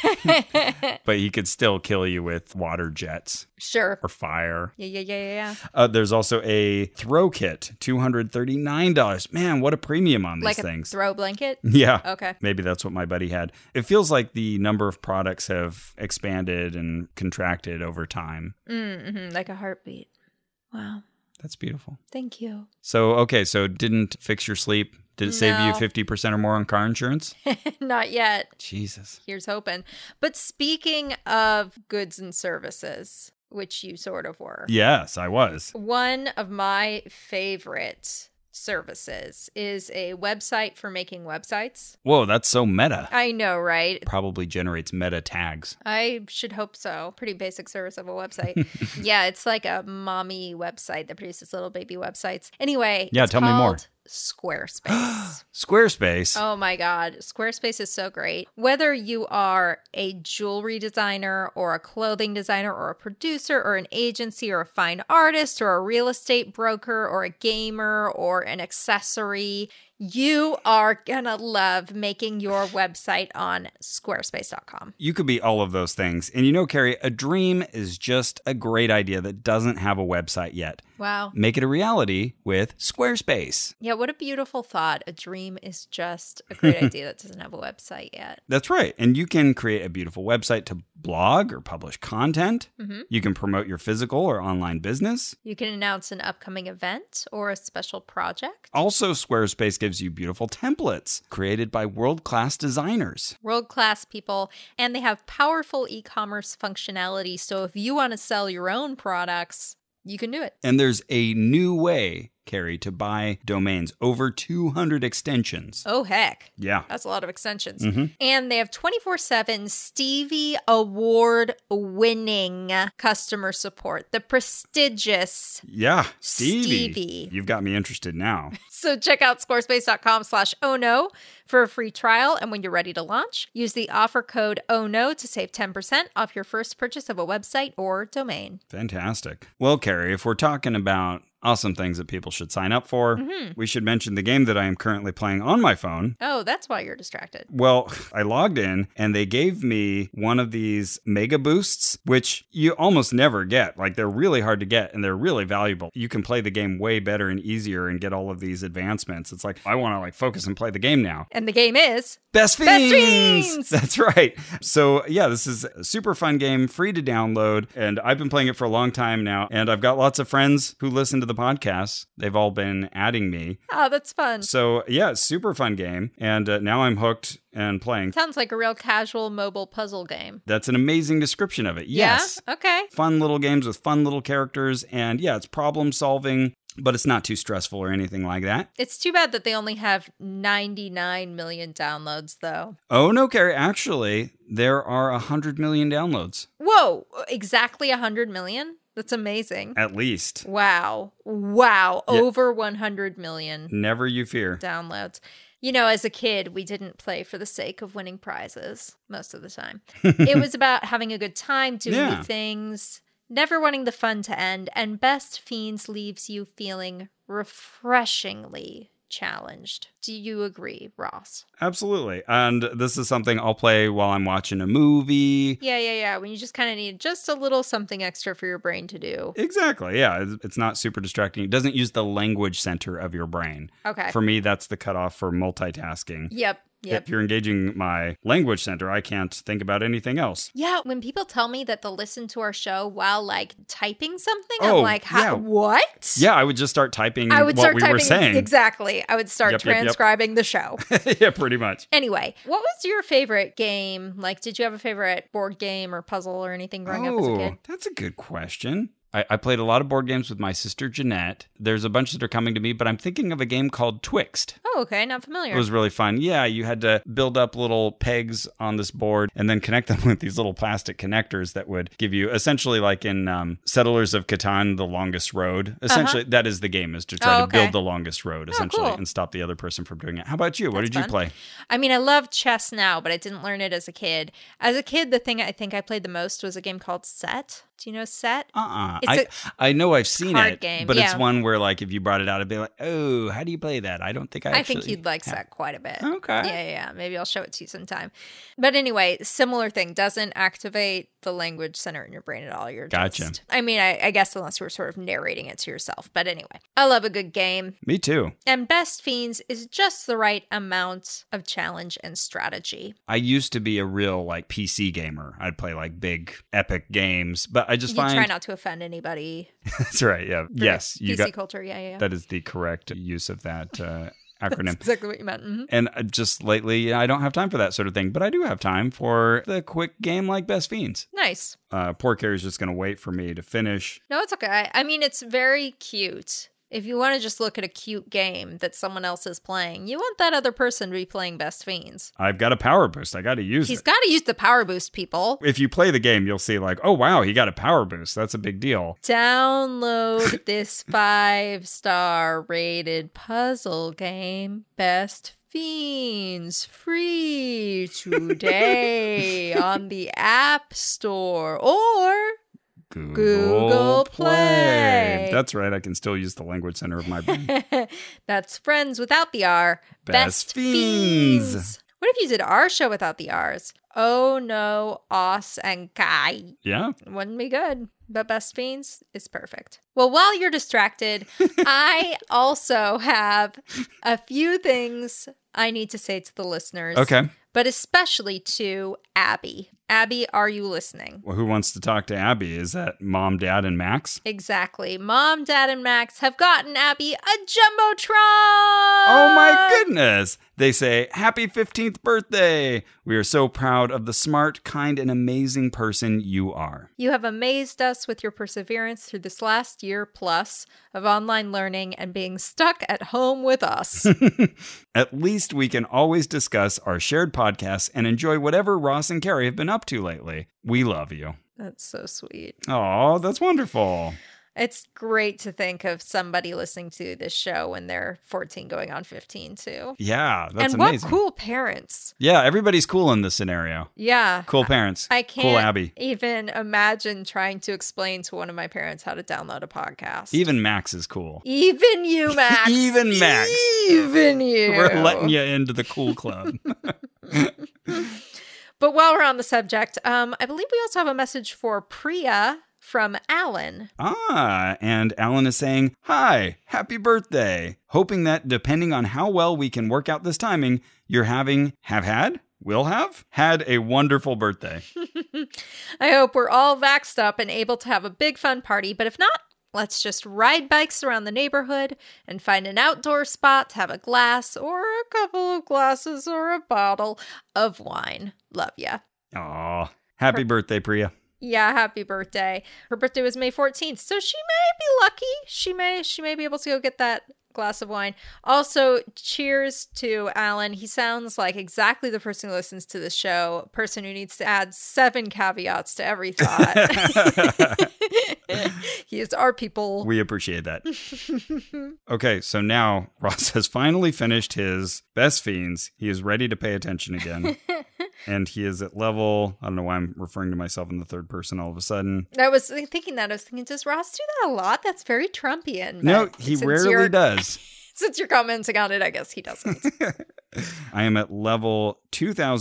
but he could still kill you with water jets
sure.
or fire.
Yeah, yeah, yeah, yeah, yeah.
Uh, there's also a throw kit, $239. Man, what a premium on these
Like a
things.
throw blanket.
yeah.
Okay.
Maybe that's what my buddy had. It feels like the number of products have expanded and contracted over time.
Mm-hmm, like a heartbeat. Wow.
That's beautiful.
Thank you.
So, okay, so didn't fix your sleep. Did it save you
No.
50% or more on car insurance?
Not yet.
Jesus.
Here's hoping. But speaking of goods and services, which you sort of were,
Yes, I was.
one of my favorite services is a website for making websites.
Whoa, that's so meta.
I know, right?
Probably generates meta tags.
I should hope so. Pretty basic service of a website. yeah, it's like a mommy website that produces little baby websites. Anyway,
Yeah,
it's
tell me more.
called Squarespace.
Squarespace.
Oh my God. Squarespace is so great. Whether you are a jewelry designer or a clothing designer or a producer or an agency or a fine artist or a real estate broker or a gamer or an accessory, you are going to love making your website on squarespace.com.
You could be all of those things. And you know, Carrie, a dream is just a great idea that doesn't have a website yet.
Wow.
Make it a reality with Squarespace.
Yeah, what a beautiful thought. A dream is just a great idea that doesn't have a website yet.
That's right. And you can create a beautiful website to blog or publish content. You can promote your physical or online business.
You can announce an upcoming event or a special project.
Also, Squarespace gives you beautiful templates created by world class designers.
world class people, and they have powerful e commerce functionality. So if you want to sell your own products, you can do it.
And there's a new way, Carrie, to buy domains over 200 extensions.
Oh, heck.
Yeah.
That's a lot of extensions.
Mhm.
And they have 24 7 Stevie Award winning customer support, the prestigious
Yeah. Stevie.
Stevie.
You've got me interested now.
So check out squarespace.com slash oh no for a free trial. And when you're ready to launch, use the offer code oh no to save 10% off your first purchase of a website or domain.
Fantastic. Well, Carrie, if we're talking about awesome things that people should sign up for, we should mention the game that I am currently playing on my phone.
Oh, that's why you're distracted.
Well, I logged in and they gave me one of these mega boosts, which you almost never get. Like they're really hard to get and they're really valuable. You can play the game way better and easier and get all of these advancements. It's like, I want to like focus and play the game now.
And the game is
Best Fiends!
Best Fiends!
That's right. So, yeah, this is a super fun game, free to download. And I've been playing it for a long time now. And I've got lots of friends who listen to the podcast. They've all been adding me.
Oh, that's fun.
So, yeah, super fun game. And uh, now I'm hooked and playing.
Sounds like a real casual mobile puzzle game.
That's an amazing description of it. Yes.
Yeah? Okay.
Fun little games with fun little characters. And yeah, it's problem solving, but it's not too stressful or anything like that.
It's too bad that they only have 99 million downloads, though.
Oh, no, Carrie. Actually, there are 100 million downloads,
Whoa, exactly 100 million? That's amazing.
at least.
Wow. Wow.
Yeah.
Over 100 million
Never you fear.
downloads. You know, as a kid, we didn't play for the sake of winning prizes most of the time. it was about having a good time, doing
Yeah.
new things, never wanting the fun to end. And Best Fiends leaves you feeling refreshingly challenged. Do you agree, Ross?
Absolutely. And this is something I'll play while I'm watching a movie.
Yeah, yeah, yeah. When you just kind of need just a little something extra for your brain to do.
Exactly. Yeah. It's- It's not super distracting. It doesn't use the language center of your brain.
Okay.
For me, that's the cutoff for multitasking.
yep, yep.
If you're engaging my language center, I can't think about anything else.
Yeah, when people tell me that they'll listen to our show while like typing something,
Oh,
I'm like, "How-
yeah.
what?
Yeah, I would just start typing
I would
what
start
we
typing
were saying.
exactly. I would start
Yep, yep, yep.
transcribing the show.
yeah, pretty much.
Anyway, what was your favorite game? Like, did you have a favorite board game or puzzle or anything growing up as a
Oh,
kid?
that's a good question. I, I played a lot of board games with my sister Jeanette. There's a bunch that are coming to me, but I'm thinking of a game called Twixt.
Oh, okay. Not familiar.
It was really fun. Yeah, you had to build up little pegs on this board and then connect them with these little plastic connectors that would give you essentially like in um, Settlers of Catan, the longest road. Essentially, that is the game is to try
Uh-huh.
to
Oh, okay. Oh,
build the longest road essentially
cool.
and stop the other person from doing it. How about you? what
That's
did you
fun.
play?
I mean, I love chess now, but I didn't learn it as a kid. As a kid, the thing I think I played the most was a game called Set. Do you know Set?
Uh-uh.
It's
I, I know I've seen
card
it,
game,
but it's
yeah.
one where like if you brought it out, it'd be like, oh, how do you play that? I don't think I.
I think
actually
you'd like
have- Oh,
Set quite a bit.
Okay.
Yeah, yeah, yeah. Maybe I'll show it to you sometime. But anyway, similar thing doesn't activate the language center in your brain at all. You're
Gotcha.
just- I mean, I, I guess unless you were sort of narrating it to yourself. But anyway, I love a good game.
Me too.
And Best Fiends is just the right amount of challenge and strategy.
I used to be a real like PC gamer. I'd play like big epic games, but I just
You
find
try not to offend anybody.
that's right. Yeah.
for
Yes, you
PC
got
culture. Yeah, yeah, yeah.
that is the correct use of that uh,
That's
acronym.
exactly what you meant. Mhm.
And uh, just lately, I don't have time for that sort of thing, but I do have time for the quick game like Best Fiends.
Nice.
Uh, poor Carrie's just going to wait for me to finish.
No, it's okay. I, I mean, it's very cute. If you want to just look at a cute game that someone else is playing, you want that other person to be playing Best Fiends.
I've got a power boost. I got to use
He's
it.
got to use the power boost, people.
if you play the game, you'll see like, oh wow, he got a power boost. That's a big deal.
Download this five star rated puzzle game, Best Fiends, free today on the App Store or
Google,
Play.
That's right. I can still use the language center of my brain.
That's friends without the R.
Best fiends.
What if you did our show without the R's? Oh no, us and Kai.
yeah.
Wouldn't be good. But Best Fiends is perfect. Well, while you're distracted, I also have a few things I need to say to the listeners.
Okay.
But especially to Abby. Abby, are you listening?
Well, who wants to talk to Abby? Is that mom, dad, and Max?
Uh, Exactly. Mom, Dad, and Max have gotten Abby a Jumbotron.
Oh my goodness. They say, Happy 15th birthday. We are so proud of the smart, kind, and amazing person you are.
You have amazed us with your perseverance through this last year plus of online learning and being stuck at home with us.
At least we can always discuss our shared podcasts and enjoy whatever Ross and Carrie have been up to lately. We love you.
That's so sweet.
Oh, that's wonderful.
It's great to think of somebody listening to this show when they're 14 going on 15 too.
Yeah, that's
and
amazing.
what cool parents.
Yeah, everybody's cool in this scenario.
Yeah.
Cool parents.
I can't
Cool Abby.
even imagine trying to explain to one of my parents how to download a podcast.
Even Max is cool.
Even you, Max.
Even Max.
Even you.
We're letting you into the cool club.
But while we're on the subject, um, I believe we also have a message for Priya from Alan.
ah, and Alan is saying, Hi, happy birthday. Hoping that depending on how well we can work out this timing, you're having, have had, will have, had a wonderful birthday.
I hope we're all vaxxed up and able to have a big fun party, but if not, let's just ride bikes around the neighborhood and find an outdoor spot to have a glass or a couple of glasses or a bottle of wine. Love ya.
Aw, happy birthday, Priya.
Yeah, happy birthday. Her birthday was May 14th, so she may be lucky. She may she may be able to go get that glass of wine. Also, cheers to Alan. He sounds like exactly the person who listens to the show, person who needs to add seven caveats to every thought. he is our people.
We appreciate that. okay, so now Ross has finally finished his best fiends. He is ready to pay attention again. and he is at level, I don't know why I'm referring to myself in the third person all of a sudden.
I was thinking that. I was thinking, does Ross do that a lot? That's very Trumpian.
No,
but
he
since
rarely
you're-
does.
Since you're commenting on it, I guess he doesn't.
I am at level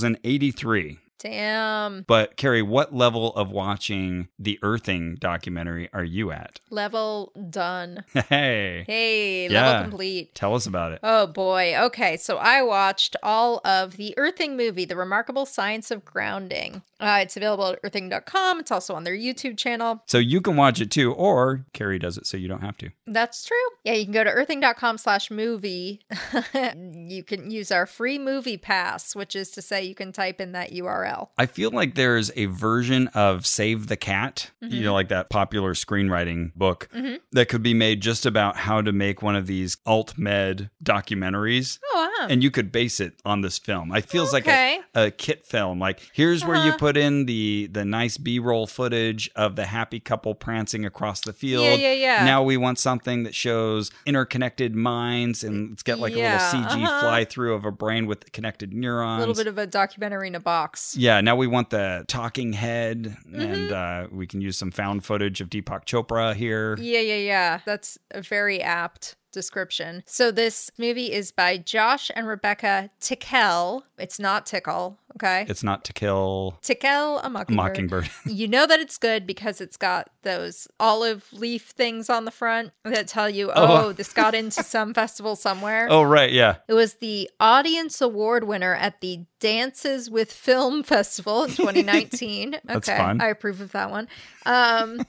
2083.
Damn.
But Carrie, what level of watching the Earthing documentary are you at?
Level done.
Hey,
Hey,
Yeah.
level complete.
tell us about it.
Oh boy. Okay, so I watched all of the Earthing movie, The Remarkable Science of Grounding. Uh, it's available at earthing.com. It's also on their YouTube channel.
So you can watch it too, or Carrie does it so you don't have to.
That's true. Yeah, you can go to earthing.com slash movie. you can use our free movie pass, which is to say you can type in that URL well.
I feel like there's a version of Save the Cat, you
Mm-hmm.
know, like that popular screenwriting book that could be made just about how to make one of these alt med documentaries.
Oh, wow.
And you could base it on this film. It feels
Okay. Uh-huh.
like a, a kit film. Like here's where you put in the the nice B roll footage of the happy couple prancing across the field.
yeah, yeah.
Now we want something that shows interconnected minds and it's got like
Yeah,
a little CG
uh-huh.
fly through of a brain with connected neurons.
a little bit of a documentary in a box.
Yeah, now we want the talking head,
Mm-hmm.
and uh, we can use some found footage of Deepak Chopra here.
Yeah, yeah, yeah. That's a very apt description. So this movie is by Josh and Rebecca Tickell. It's not Tickle, okay?
It's not to kill
Tickell a mockingbird.
Mockingbird.
you know that it's good because it's got those olive leaf things on the front that tell you,
Oh.
oh, this got into some festival somewhere.
oh, right, yeah.
It was the audience award winner at the Dances with Film Festival in 2019.
That's
okay,
fun.
I approve of that one. Um,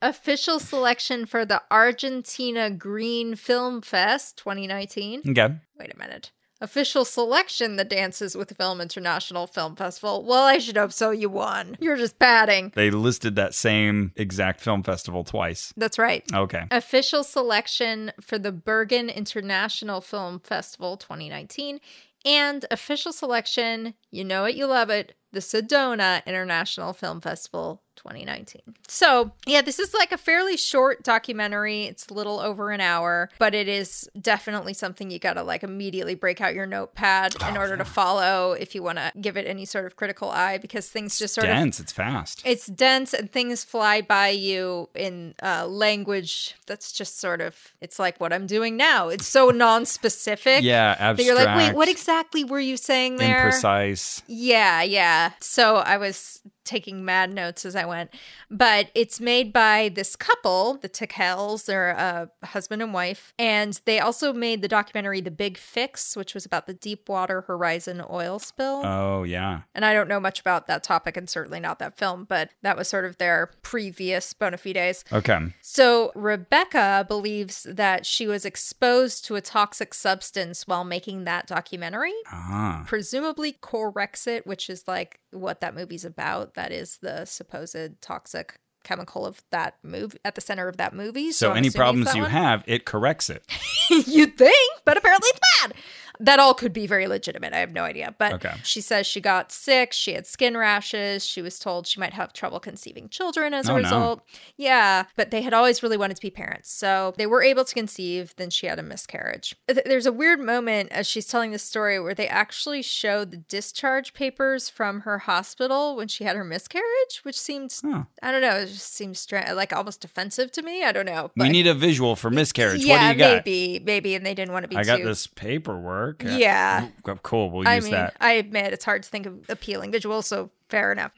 official selection for the Argentina Green Film Fest 2019.
Okay.
Wait a minute. Official selection, the Dances with Film International Film Festival. Well, I should hope so. You won. You're just padding.
They listed that same exact film festival twice.
That's right.
Okay.
Official selection for the Bergen International Film Festival 2019 and official selection, you know it, you love it, the Sedona International Film Festival 2019. So, yeah, this is like a fairly short documentary. It's a little over an hour, but it is definitely something you got to like immediately break out your notepad in order to follow if you want to give it any sort of critical eye because things just sort of
Dense, it's fast.
it's dense and things fly by you in uh, language that's just sort of, it's like what I'm doing now. It's so non-specific.
yeah,
That
abstract.
you're like, wait, what exactly were you saying there?
imprecise.
Yeah, yeah. So I was taking mad notes as I went. But it's made by this couple, the Tickels, they're a husband and wife. And they also made the documentary The Big Fix, which was about the Deepwater Horizon oil spill.
Oh, yeah.
And I don't know much about that topic and certainly not that film, but that was sort of their previous bona fides.
Okay.
So Rebecca believes that she was exposed to a toxic substance while making that documentary.
Ah.
Presumably Corexit, which is like what that movie's about. That is the supposed toxic chemical of that movie at the center of that movie.
So,
I'm
any
assuming it's
problems
that
you
one.
have, it corrects it.
You'd think, but apparently it's bad. That all could be very legitimate. I have no idea. But
Okay.
she says she got sick. She had skin rashes. She was told she might have trouble conceiving children as a
Oh, no.
result. Yeah. But they had always really wanted to be parents. So they were able to conceive. Then she had a miscarriage. Th- There's a weird moment as she's telling this story where they actually show the discharge papers from her hospital when she had her miscarriage, which seemed,
Huh.
I don't know, it just seems strange, like almost offensive to me. I don't know.
we
but-
need a visual for miscarriage.
yeah,
what do you got?
maybe, maybe, and they didn't want to be.
I got
too,
this paperwork.
Yeah.
Oh, Cool. We'll use
I mean,
that.
I admit it's hard to think of appealing visuals, so fair enough.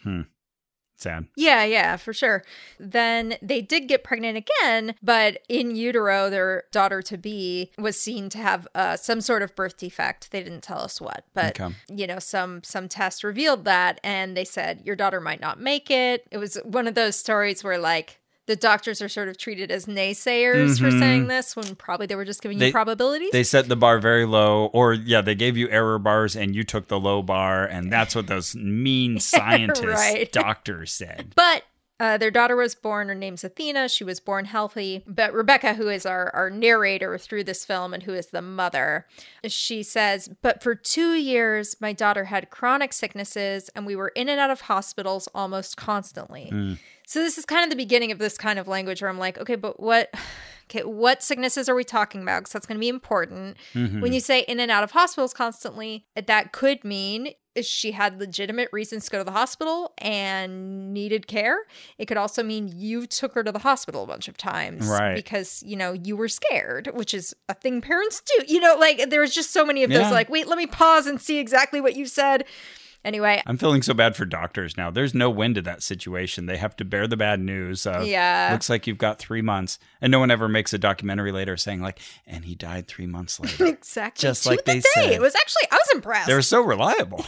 Sad.
Yeah, yeah, for sure. Then they did get pregnant again, but in utero, their daughter to be was seen to have uh, some sort of birth defect. They didn't tell us what, but
Okay.
you know, some some tests revealed that, and they said your daughter might not make it. It was one of those stories where like. The doctors are sort of treated as naysayers for
Mhm.
saying this when probably they were just giving
They-
you probabilities.
They set the bar very low, or yeah, they gave you error bars and you took the low bar, and that's what those mean scientists,
Right.
doctors said.
But uh, their daughter was born. Her name's Athena. She was born healthy. But Rebecca, who is our, our narrator through this film and who is the mother, she says, But for two years, my daughter had chronic sicknesses and we were in and out of hospitals almost constantly. So this is kind of the beginning of this kind of language where I'm like, okay, but what. Okay, what sicknesses are we talking about? Because that's going to be important.
Mm-hmm.
When you say in and out of hospitals constantly, that could mean she had legitimate reasons to go to the hospital and needed care. It could also mean you took her to the hospital a bunch of times
Right.
because, you know, you were scared, which is a thing parents do. You know, like there was just so many of
Yeah.
those like, wait, let me pause and see exactly what you said. Anyway,
I'm feeling so bad for doctors now. There's no win to that situation. They have to bear the bad news of
Yeah.
looks like you've got three months. And no one ever makes a documentary later saying like, and he died three months later.
exactly.
Just
to
like
the
they
day.
said.
It was actually I was impressed.
they were so reliable.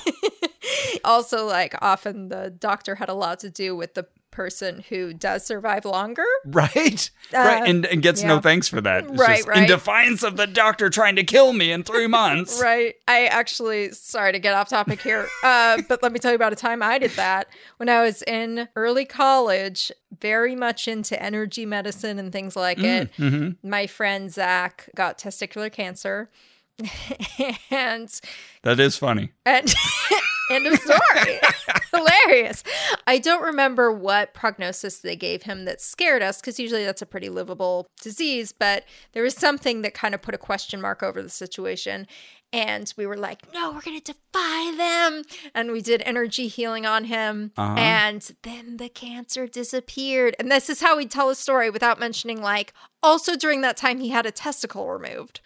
also like often the doctor had a lot to do with the person who does survive longer.
Right? right. And, and gets no
Uh, yeah.
thanks for that. It's
Right,
just In
right.
defiance of the doctor trying to kill me in three months.
Right. I actually, sorry to get off topic here, uh, but let me tell you about a time I did that when I was in early college, very much into energy medicine and things like it.
Mhm.
My friend Zach got testicular cancer. and
That is funny.
and end of story. Hilarious. I don't remember what prognosis they gave him that scared us because usually that's a pretty livable disease, but there was something that kind of put a question mark over the situation. And we were like, no, we're going to defy them. And we did energy healing on him.
Uh-huh.
And then the cancer disappeared. And this is how we tell a story without mentioning, like, also during that time, he had a testicle removed.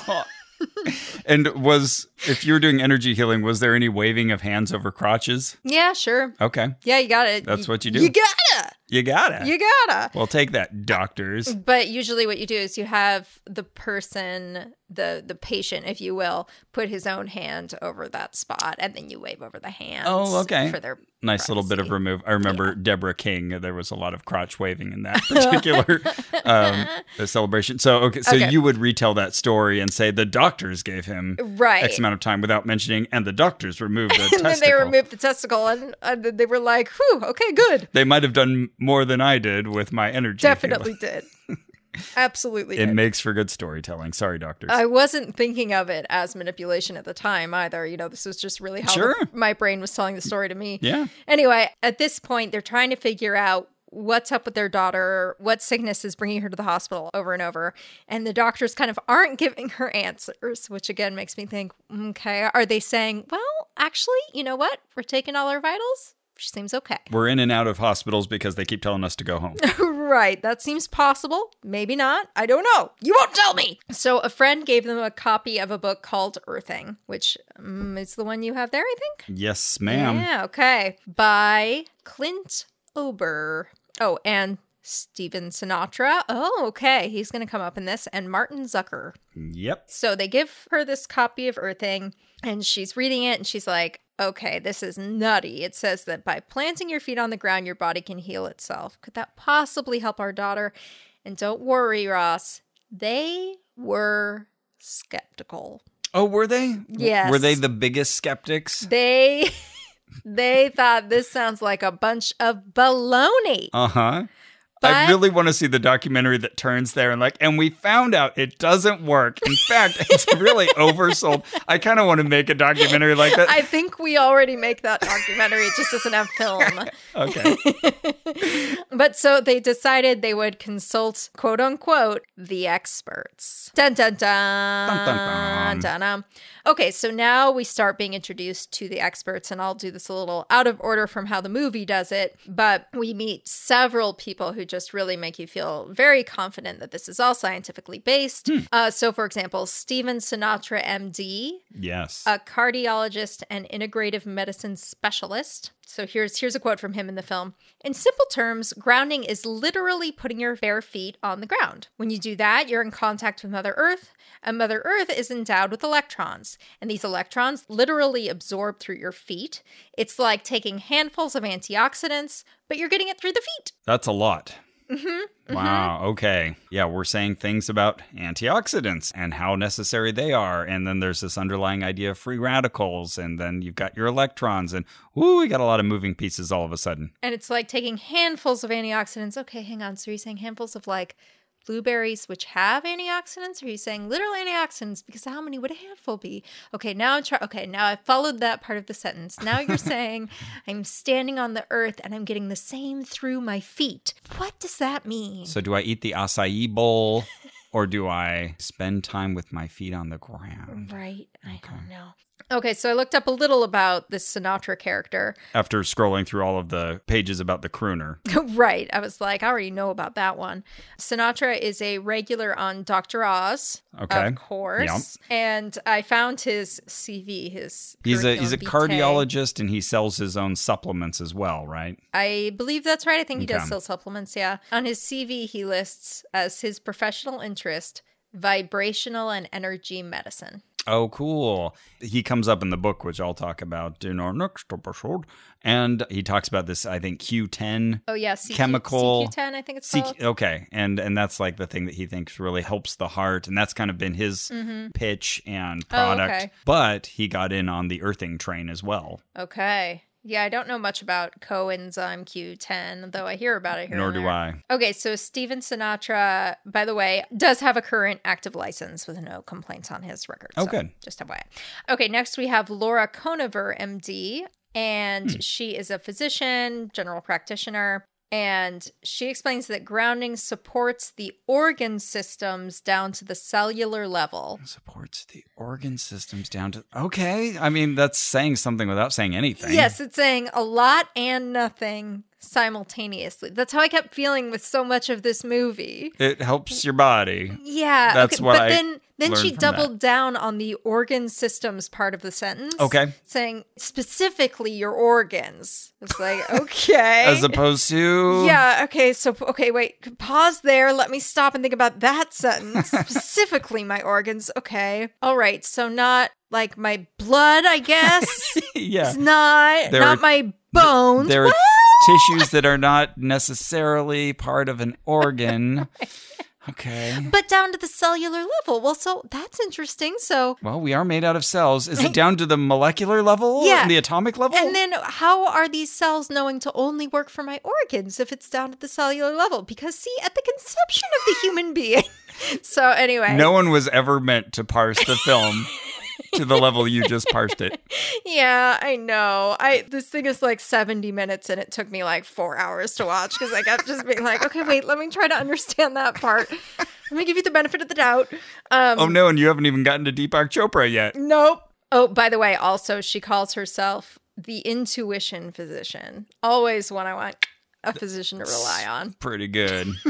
and was, if you were doing energy healing, was there any waving of hands over crotches?
Yeah, sure.
Okay.
Yeah, you got it.
That's what you do.
You gotta.
You gotta.
You gotta.
well, take that, doctors.
But usually what you do is you have the person, the the patient, if you will, put his own hand over that spot and then you wave over the hand.
Oh, okay.
For their
Nice little bit of
privacy.
remove. I remember Deborah King. There was a lot of crotch waving in that particular um, celebration. So, okay, so
Okay.
you would retell that story and say the doctors gave him
Right.
X amount of time without mentioning, and the doctors removed the
and then they
testicle.
removed the testicle and, and then they were like, whew, okay, good.
They might have done more than I did with my energy.
Definitely did. Absolutely
It
did.
makes for good storytelling. Sorry, doctors.
I wasn't thinking of it as manipulation at the time either. You know, this was just really how the-
Sure.
my brain was telling the story to me.
yeah.
Anyway, at this point, they're trying to figure out what's up with their daughter, what sickness is bringing her to the hospital over and over. And the doctors kind of aren't giving her answers, which again makes me think, okay, are they saying, well, actually, you know what? We're taking all her vitals. She seems okay.
We're in and out of hospitals because they keep telling us to go home.
right. That seems possible. Maybe not. I don't know. You won't tell me. So a friend gave them a copy of a book called Earthing, which um, is the one you have there, I think.
yes, ma'am.
Yeah, okay. By Clint Ober. Oh, and Steven Sinatra. Oh, okay. He's going to come up in this. And Martin Zucker.
Yep.
So they give her this copy of Earthing, and she's reading it, and she's like, okay, this is nutty. It says that by planting your feet on the ground, your body can heal itself. Could that possibly help our daughter? And don't worry, Ross. They were skeptical.
Oh, were they? W-
Yes.
Were they the biggest skeptics?
They they thought this sounds like a bunch of baloney.
Uh huh. I
But-
really want to see the documentary that turns there and like, and we found out it doesn't work. In fact, it's really oversold. I kind of want to make a documentary like that.
I think we already make that documentary. It just doesn't have film.
okay.
But so they decided they would consult, quote unquote, the experts. Dun dun dun.
Dun, dun, dun.
Dun-dun. Okay, so now we start being introduced to the experts, and I'll do this a little out of order from how the movie does it, but we meet several people who just really make you feel very confident that this is all scientifically based.
Hmm.
Uh, so, for example, Steven Sinatra, MD,
Yes.
a cardiologist and integrative medicine specialist. So here's here's a quote from him in the film. In simple terms, grounding is literally putting your bare feet on the ground. When you do that, you're in contact with Mother Earth, and Mother Earth is endowed with electrons, and these electrons literally absorb through your feet. It's like taking handfuls of antioxidants, but you're getting it through the feet.
That's a lot. mm-hmm. Wow. Okay. Yeah, we're saying things about antioxidants and how necessary they are, and then there's this underlying idea of free radicals, and then you've got your electrons, and ooh, we got a lot of moving pieces all of a sudden.
And it's like taking handfuls of antioxidants. Okay, hang on. So you're saying handfuls of like blueberries, which have antioxidants? Or are you saying literal antioxidants? Because how many would a handful be? Okay, now I'm trying. Okay, now I followed that part of the sentence. Now you're saying I'm standing on the earth and I'm getting the same through my feet. What does that mean?
So, do I eat the acai bowl, or do I spend time with my feet on the ground
right? I don't know. Okay, so I looked up a little about this Sinatra character.
after scrolling through all of the pages about the crooner?
right. I was like, I already know about that one. Sinatra is a regular on Dr. Oz,
Okay.
of course. And I found his CV, his
He's a
curriculum
he's a
vitae.
cardiologist, and he sells his own supplements as well, right?
I believe that's right. I think he
Okay.
does sell supplements, yeah. On his CV, he lists as his professional interest vibrational and energy medicine.
Oh, cool. He comes up in the book, which I'll talk about in our next episode. And he talks about this, I think, Q10
Oh yeah, CQ,
Chemical-
CQ10, I think it's
CQ
called.
okay, and and that's like the thing that he thinks really helps the heart, and that's kind of been his pitch and product.
Mm-hmm. Oh, okay.
But he got in on the earthing train as well.
Okay. Yeah, I don't know much about coenzyme Q10, though I hear about it here.
nor
and
do
there.
I.
Okay, so Steven Sinatra, by the way, does have a current active license with no complaints on his record.
Oh,
so
good.
Just FYI. Okay, next we have Laura Conover, MD, and
Hmm.
she is a physician, general practitioner. And she explains that grounding supports the organ systems down to the cellular level.
Supports the organ systems down to okay. I mean, that's saying something without saying anything.
Yes, it's saying a lot and nothing simultaneously. That's how I kept feeling with so much of this movie.
it helps your body.
Yeah,
That's what
but
I
then then
learned
she
from
doubled down on the organ systems part of the sentence.
Okay.
Saying specifically your organs. It's like, okay.
As opposed to
yeah, okay, so okay, wait, pause there. Let me stop and think about that sentence. specifically my organs. Okay. All right, so not like my blood, I guess.
yeah.
It's not
There
not
are-
my bones.
There are
What?
tissues that are not necessarily part of an organ. Okay.
but down to the cellular level. Well, so that's interesting. So
Well, we are made out of cells. Is it down to the molecular level?
Yeah.
And the atomic level?
and then how are these cells knowing to only work for my organs if it's down to the cellular level? Because see, at the conception of the human being. so anyway,
no one was ever meant to parse the film to the level you just parsed it.
yeah, I know. I this thing is like 70 minutes and it took me like 4 hours to watch cuz I kept just being like, okay, wait, let me try to understand that part. Let me give you the benefit of the doubt. Um
Oh no, and you haven't even gotten to Deepak Chopra yet.
Nope. Oh, by the way, also she calls herself the intuition physician. Always one I want a physician to rely on.
Pretty good.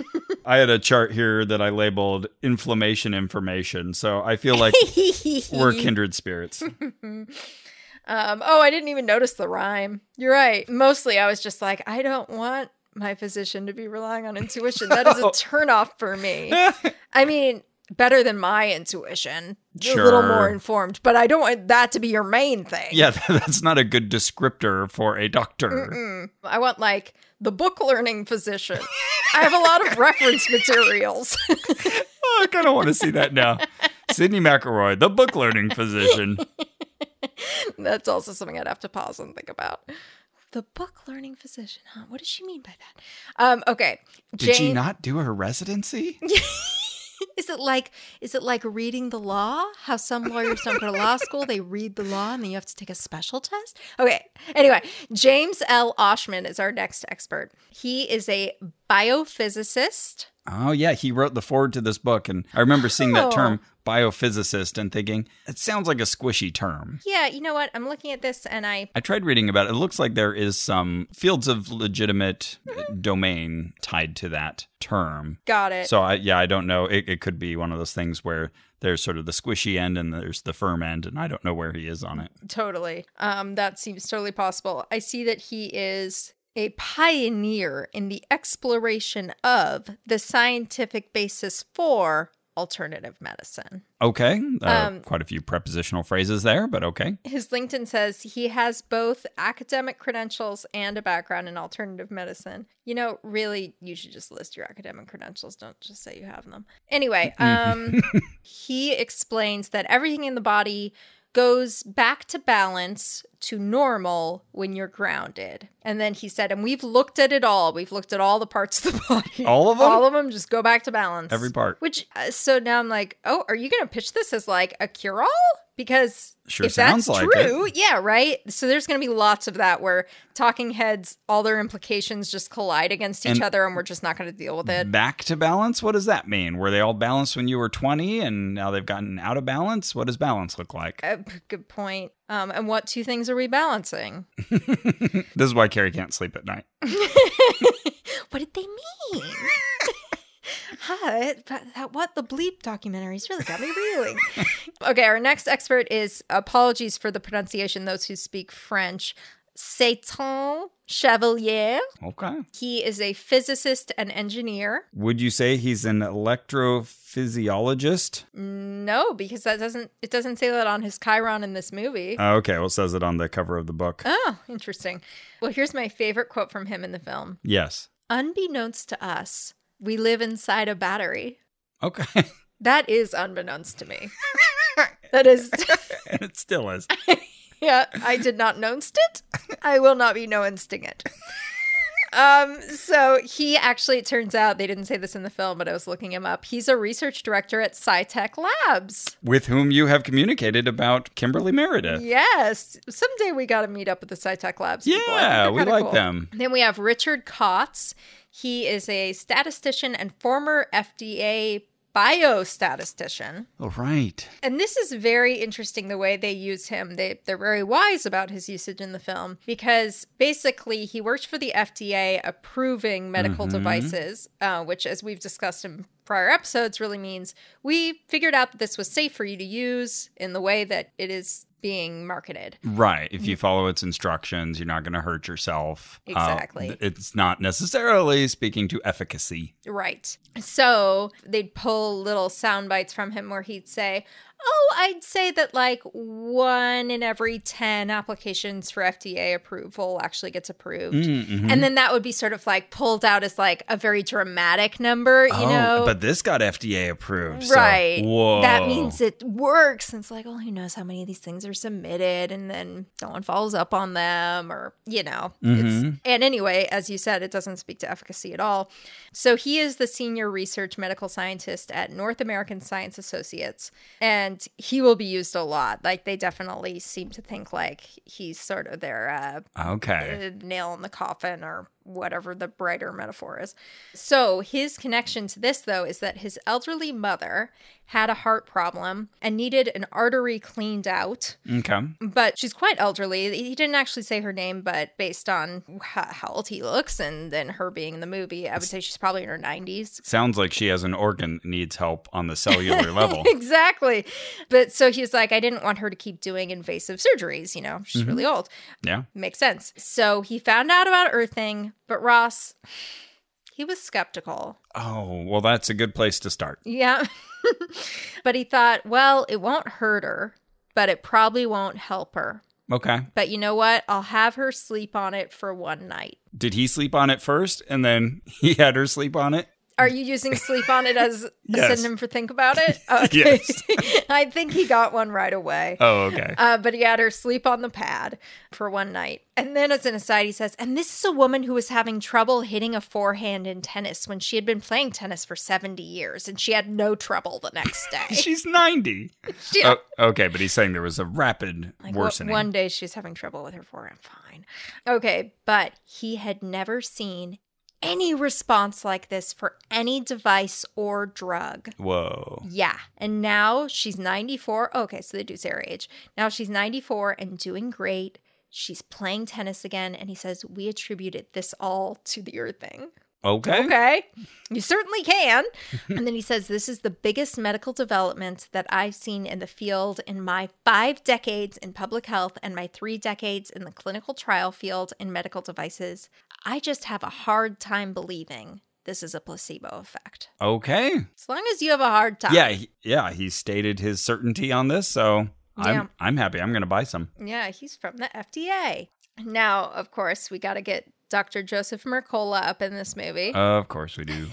I had a chart here that I labeled inflammation information, so I feel like we're kindred spirits.
Um, oh, I didn't even notice the rhyme. You're right. Mostly, I was just like, I don't want my physician to be relying on intuition. That is a turnoff for me. I mean, better than my intuition. You're A little more
Sure.
informed, but I don't want that to be your main thing.
yeah, that's not a good descriptor for a doctor.
I want like the book learning physician. I have a lot of reference materials.
Oh, I kind of want to see that now. Sydney McElroy, the book learning physician.
That's also something I'd have to pause and think about. The book learning physician, huh? What does she mean by that? Um, okay.
Did she not do her residency?
Is it like is it like reading the law? How some lawyers don't go to law school, they read the law and then you have to take a special test? Okay. Anyway, James L. Oshman is our next expert. He is a biophysicist.
Oh yeah, he wrote the forward to this book, and I remember seeing that
Oh.
term biophysicist and thinking it sounds like a squishy term.
Yeah, you know what? I'm looking at this and I
I tried reading about it. It looks like there is some fields of legitimate uh,
Mm-hmm.
domain tied to that term.
got it.
So I yeah, I don't know. It, it could be one of those things where there's sort of the squishy end and there's the firm end, and I don't know where he is on it.
Totally. Um, that seems totally possible. I see that he is a pioneer in the exploration of the scientific basis for alternative medicine.
Okay, uh,
Um,
quite a few prepositional phrases there, but okay.
His LinkedIn says he has both academic credentials and a background in alternative medicine. You know, really, you should just list your academic credentials. Don't just say you have them. Anyway,
Mm-hmm.
um, he explains that everything in the body goes back to balance to normal when you're grounded. And then he said, and we've looked at it all. We've looked at all the parts of the body.
All of them?
All of them just go back to balance.
Every part.
Which uh, so now I'm like, oh, are you going to pitch this as like a cure all? Because
Sure
if that's
sounds like it.
true, yeah, right. So there's going to be lots of that where talking heads, all their implications just collide against each
And- Mm-hmm.
other, and we're just not going to deal with it.
Back to balance. What does that mean? Were they all balanced when you were 20, and now they've gotten out of balance? What does balance look like?
Uh, p- good point. Um, and what two things are we balancing?
This is why Carrie can't sleep at night.
What did they mean? Huh, it- but that what the bleep documentaries really got me reeling. okay, our next expert is apologies for the pronunciation. Those who speak French, Satan Chevalier.
Okay.
He is a physicist and engineer.
Would you say he's an electrophysiologist?
No, because that doesn't it doesn't say that on his Chiron in this movie.
Oh, okay, well, it says it on the cover of the book.
oh, interesting. Well, here's my favorite quote from him in the film.
yes.
Unbeknownst to us, we live inside a battery.
Okay.
That is unbeknownst to me. that is
and it still is.
Yeah, I did not nounst it. I will not be nounsting it. Um, so he actually, it turns out they didn't say this in the film, but I was looking him up. He's a research director at SciTech Labs.
With whom you have communicated about Kimberly Meredith.
Yes. Someday we got to meet up with the SciTech Labs. people. I think
Yeah,
they're
we
kinda
like
cool.
them.
Then we have Richard Kotz. He is a statistician and former FDA biostatistician.
All right.
And this is very interesting the way they use him. They they're very wise about his usage in the film because basically he worked for the FDA approving medical
Mm-hmm.
devices, uh, which, as we've discussed in prior episodes, really means we figured out that this was safe for you to use in the way that it is being marketed.
Right. If
Mm-hmm.
you follow its instructions, you're not going to hurt yourself. Uh,
Exactly.
th- it's not necessarily speaking to efficacy.
Right. So they'd pull little sound bites from him where he'd say, Oh, I'd say that like one in every 10 applications for FDA approval actually gets approved.
Mm-hmm.
And then that would be sort of like pulled out as like a very dramatic number, you
oh,
know?
but this got FDA approved. so-
Right.
whoa.
That means it works. And it's like, well, who knows how many of these things are submitted and then someone follows up on them or, you know. It's, and anyway, as you said, it doesn't speak to efficacy at all. So he is the senior research medical scientist at North American Science Associates. And he will be used a lot. Like they definitely seem to think like he's sort of their uh,
Okay.
the nail in the coffin or whatever the brighter metaphor is. So, his connection to this, though, is that his elderly mother had a heart problem and needed an artery cleaned out,
Okay.
but she's quite elderly. He didn't actually say her name, but based on how, how old he looks and then her being in the movie, I would say she's probably in her 90s.
Sounds like she has an organ that needs help on the cellular level.
Exactly. But so he's like, I didn't want her to keep doing invasive surgeries. You know, she's really old.
Yeah.
Makes sense. So he found out about earthing, but Ross, he was skeptical.
Oh, well, that's a good place to start.
Yeah. but he thought, well, it won't hurt her, but it probably won't help her.
Okay.
But you know what? I'll have her sleep on it for one night.
Did he sleep on it first and then he had her sleep on it?
Are you using sleep on it as
Yes.
a synonym for think about it? Okay. I think he got one right away.
Oh, okay.
Uh, but he had her sleep on the pad for one night. And then, as an aside, he says, And this is a woman who was having trouble hitting a forehand in tennis when she had been playing tennis for 70 years and she had no trouble the next day.
She's 90.
She-
Oh, okay, but he's saying there was a rapid
like, what-
worsening.
One day she's having trouble with her forehand. Fine. Okay. But he had never seen any response like this for any device or drug.
Whoa.
Yeah. And now she's 94. Okay, so they do say her age. Now she's 94 and doing great. She's playing tennis again. And he says, We attributed this all to the earthing.
Okay.
Okay. You certainly can. and then he says, This is the biggest medical development that I've seen in the field in my five decades in public health and my three decades in the clinical trial field in medical devices. I just have a hard time believing this is a placebo effect.
Okay.
As long as you have a hard time.
Yeah, he, yeah, he stated his certainty on this, so I'm
Yeah.
I'm happy. I'm going to buy some.
Yeah, he's from the FDA. Now, of course, we got to get Dr. Joseph Mercola up in this movie.
Of course we do.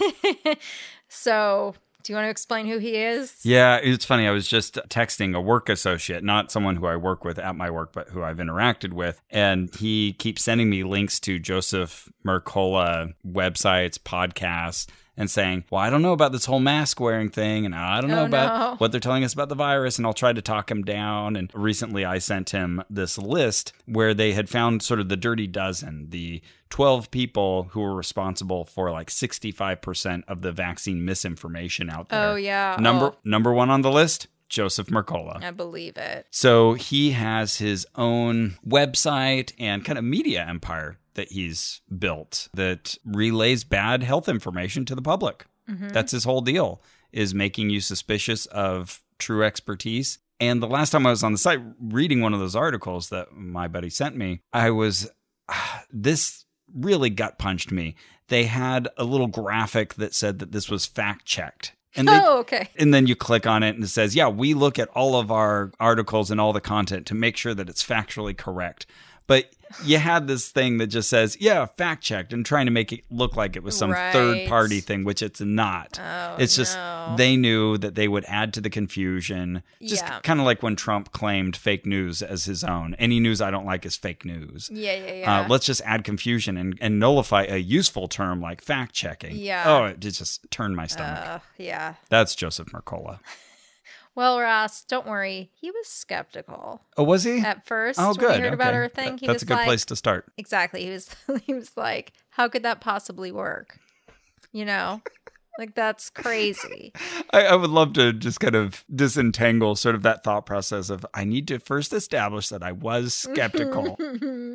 so, do you want to explain who he is?
yeah, it's funny. I was just texting a work associate, not someone who I work with at my work, but who I've interacted with, and he keeps sending me links to Joseph Mercola websites, podcasts, and saying, "Well, I don't know about this whole mask wearing thing, and I don't know
Oh,
about
no.
what they're telling us about the virus and I'll try to talk him down. And recently I sent him this list where they had found sort of the dirty dozen, the 12 people who were responsible for like 65% of the vaccine misinformation out there.
Oh, yeah.
Number
Oh,
number 1 on the list, Joseph Mercola.
I believe it.
So he has his own website and kind of media empire that he's built that relays bad health information to the
Mm-hmm.
public. That's his whole deal is making you suspicious of true expertise And the last time I was on the site reading one of those articles that my buddy sent me, I was, ah, this really gut punched me. They had a little graphic that said that this was fact checked. And they,
oh, okay.
and then you click on it and it says, yeah, we look at all of our articles and all the content to make sure that it's factually correct. But you had this thing that just says, yeah, fact checked and trying to make it look like it was some
Right.
third party thing, which it's not.
Oh,
it's just
no.
they knew that they would add to the confusion. Just
Yeah.
kind of like when Trump claimed fake news as his own. Any news I don't like is fake news.
Yeah, yeah, yeah.
Uh, let's just add confusion and, and nullify a useful term like fact checking.
Yeah.
Oh, it just- just turned my stomach.
Uh, yeah.
That's Joseph Mercola.
Well, Ross, don't worry. He was skeptical
Oh, was he?
at first.
oh,
when
good.
He heard about
okay.
her thing.
That-
he
that's
was
a good
like,
place to start.
Exactly. He was. He was like, "How could that possibly work?" You know, like that's crazy.
I, I would love to just kind of disentangle sort of that thought process of I need to first establish that I was skeptical.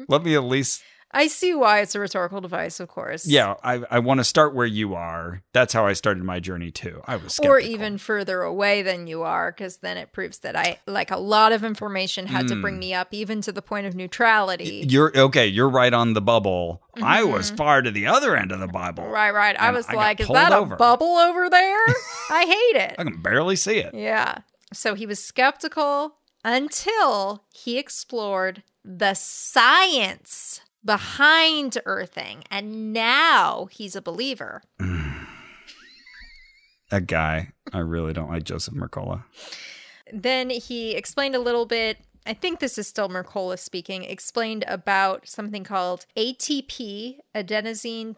Let me at least
I see why it's a rhetorical device, of course.
Yeah, I, I want to start where you are. That's how I started my journey too. I was skeptical.
Or even further away than you are, because then it proves that I like a lot of information had to
Hmm.
bring me up, even to the point of neutrality.
you're okay. You're right on the bubble. I was far to the other end of the Bible.
Mm-hmm. right, right. I
And
was
I got
like, "Is
pulled
that
over."
a bubble over there?" I hate it.
I can barely see it.
Yeah. So he was skeptical until he explored the science behind earthing. And now he's a believer.
That guy. I really don't like Joseph Mercola.
Then he explained a little bit. I think this is still Mercola speaking, explained about something called ATP, adenosine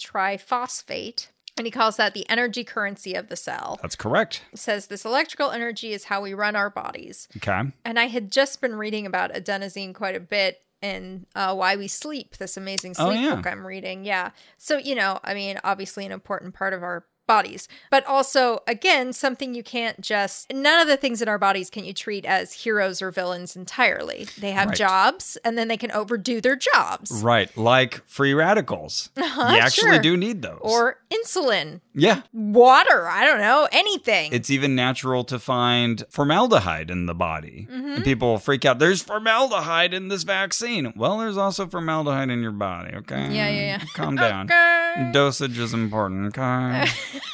triphosphate. And he calls that the energy currency of the cell.
That's correct.
Says this electrical energy is how we run our bodies.
Okay.
And I had just been reading about adenosine quite a bit in uh, Why We Sleep, this amazing
Oh,
sleep
yeah.
book I'm reading. Yeah. So, you know, I mean, obviously an important part of our bodies, but also, again, something you can't just, none of the things in our bodies can you treat as heroes or villains entirely. They have
Right.
jobs and then they can overdo their jobs.
Right. Like free radicals. you actually
Uh-huh, sure.
do need those.
Or insulin,
yeah.
water, I don't know, anything.
It's even natural to find formaldehyde in the body.
Mm-hmm.
And people freak out. There's formaldehyde in this vaccine. Well, there's also formaldehyde in your body. Okay.
Yeah, yeah, yeah.
Calm down.
Okay.
Dosage is important.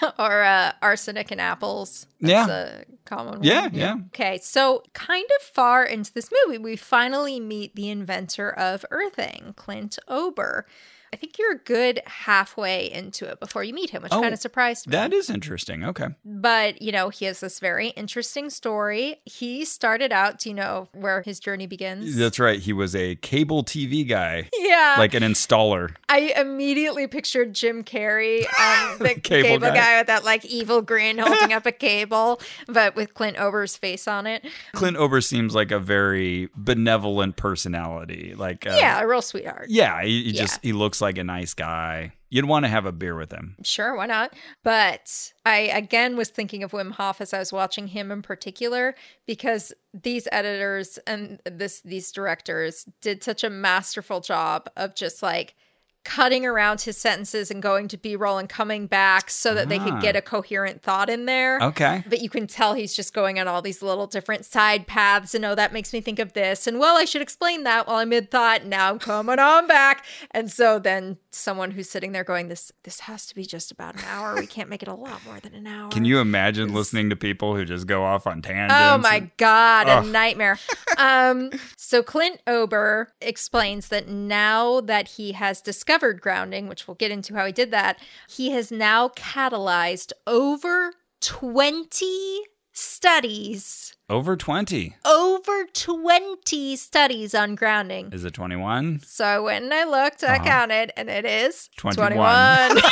Okay.
or uh, arsenic in apples.
Yeah.
That's a common one.
Yeah, yeah.
Okay, so kind of far into this movie, we finally meet the inventor of earthing, Clint Ober. I think you're a good halfway into it before you meet him, which
Oh,
kind of surprised me.
that is interesting. Okay.
but, you know, he has this very interesting story. He started out, do you know where his journey begins?
That's right. He was a cable TV guy,
Yeah.
like an installer.
I immediately pictured Jim Carrey, um, the
Cable
cable,
guy.
guy. with that like evil grin holding up a cable, but with Clint Ober's face on it.
Clint Ober seems like a very benevolent personality. Like, uh,
Yeah, a real sweetheart.
Yeah. He, he
Yeah.
just, he looks like a nice guy. You'd want to have a beer with him.
Sure, why not? But I again was thinking of Wim Hof as I was watching him in particular because these editors and this these directors did such a masterful job of just like cutting around his sentences and going to B-roll and coming back so that they
Ah.
could get a coherent thought in there.
Okay.
But you can tell he's just going on all these little different side paths. And oh, that makes me think of this. And well, I should explain that while I'm mid thought. Now I'm coming on back. And so then someone who's sitting there going, This this has to be just about an hour. We can't make it a lot more than an hour.
Can you imagine listening to people who just go off on tangents?
Oh my
and-
God,
Ugh.
a nightmare. um, so Clint Ober explains that now that he has discovered grounding, which we'll get into how he did that, he has now catalyzed over 20 studies,
Over 20.
over 20 studies on grounding.
Is it 21?
So I went and I looked, I counted, and it is
21.
21.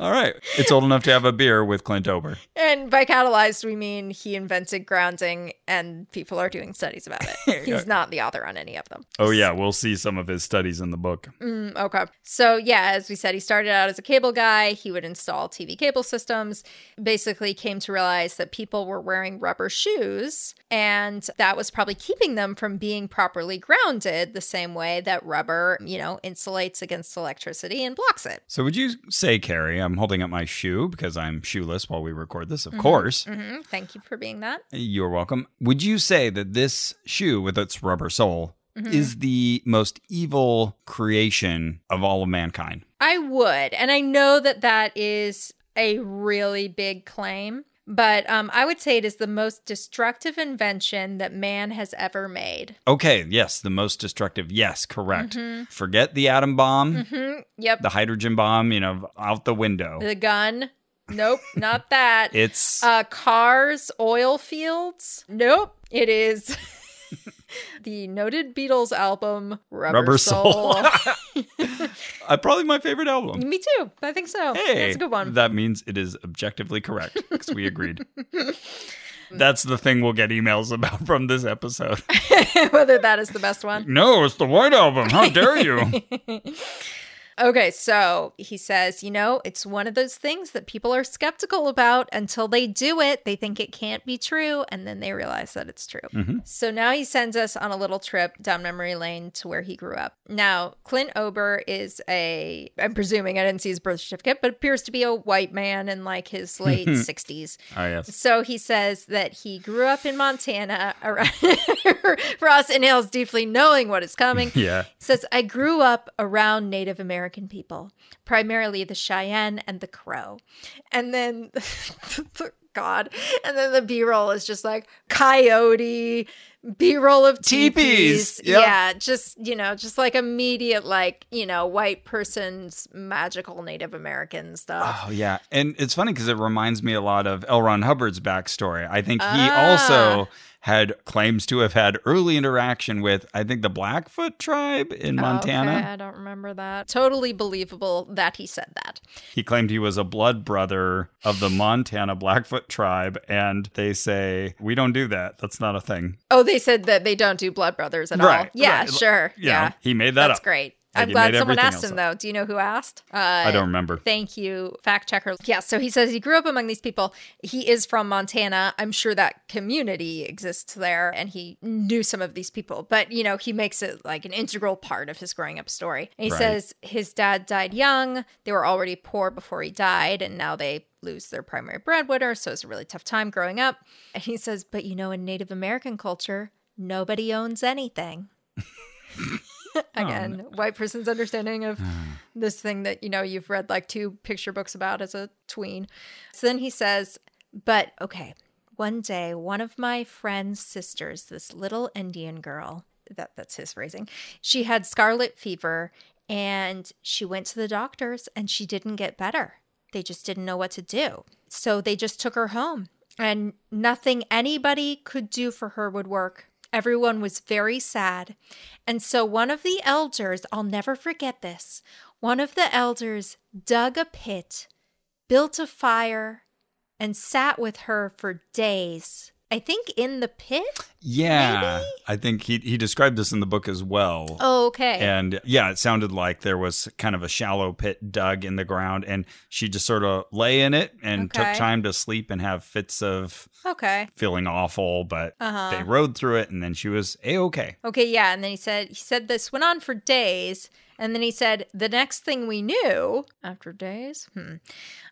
All right. It's old enough to have a beer with Clint Ober.
And by catalyzed, we mean he invented grounding and people are doing studies about it. He's not the author on any of them.
Oh, yeah. We'll see some of his studies in the book.
Mm, okay. So, yeah, as we said, he started out as a cable guy. He would install TV cable systems, basically, came to realize that people were wearing rubber proper shoes. And that was probably keeping them from being properly grounded the same way that rubber, you know, insulates against electricity and blocks it.
So would you say, Carrie, I'm holding up my shoe because I'm shoeless while we record this, of course.
hmm Thank you for being that.
You're welcome. Would you say that this shoe with its rubber sole
Mm-hmm.
is the most evil creation of all of mankind?
I would. And I know that that is a really big claim, but um, I would say it is the most destructive invention that man has ever made.
Okay, yes, the most destructive. Yes, correct.
Mm-hmm.
Forget the atom bomb,
hmm Yep.
the hydrogen bomb, you know, out the window.
The gun. Nope, not that.
Oh. It's
uh, cars, oil fields. Nope, it is. the noted Beatles album Rubber,
Rubber
Soul.
Soul. uh, probably my favorite album.
Me too. I think so.
Hey,
That's a good one.
That means it is objectively correct because we agreed. That's the thing we'll get emails about from this episode.
Whether that is the best one.
no, it's the White Album. How dare you?
Okay, so he says, you know, it's one of those things that people are skeptical about until they do it. They think it can't be true, and then they realize that it's true. So now he sends us on a little trip down memory lane to where he grew up. Now, Clint Ober is a, I'm presuming I didn't see his birth certificate, but appears to be a white man in like his late 60s.
oh, yes.
So he says that he grew up in Montana. Around Ross inhales deeply, knowing what is coming.
Yeah.
He says, I grew up around Native American people, primarily the Cheyenne and the Crow. And then, God, and then the B roll is just like coyote, B roll of teepees.
Teepees, yep.
Yeah, just, you know, just like immediate, like, you know, white person's magical Native American stuff.
Oh, yeah. And it's funny because it reminds me a lot of L. Ron Hubbard's backstory. I think he
Ah.
also had claims to have had early interaction with, I think, the Blackfoot tribe in Montana.
Oh, Okay, I don't remember that. Totally believable that he said that.
He claimed he was a blood brother of the Montana Blackfoot tribe, and they say, We don't do that. That's not a thing.
Oh, they said that they don't do blood brothers at all.
Right,
Yeah,
right.
sure.
You know,
yeah.
he made that
That's
up.
great.
Like,
I'm
it
glad
made
someone
everything
asked
else
him though. Do you know who asked? Uh, I
don't remember.
Thank you, fact checker. Yeah, so he says he grew up among these people. He is from Montana. I'm sure that community exists there, and he knew some of these people. But you know, he makes it like an integral part of his growing up story. And he
Right.
says his dad died young. They were already poor before he died, and now they lose their primary breadwinner. So it's a really tough time growing up. And he says, but you know, in Native American culture, nobody owns anything again white person's understanding of this thing that you know you've read like two picture books about as a tween so then he says but okay one day one of my friend's sisters this little indian girl that that's his phrasing she had scarlet fever and she went to the doctors and she didn't get better they just didn't know what to do so they just took her home and nothing anybody could do for her would work Everyone was very sad. And so one of the elders, I'll never forget this, one of the elders dug a pit, built a fire, and sat with her for days. I think in the pit?
Yeah. I think he, he described this in the book as well.
Oh, okay.
And yeah, it sounded like there was kind of a shallow pit dug in the ground, and she just sort of lay in it and
Okay.
took time to sleep and have fits of
Okay.
feeling awful, but
Uh-huh.
they rode through it, and then she was a okay.
Okay, yeah. And then he said, he said this went on for days. And then he said, the next thing we knew, after days, hmm,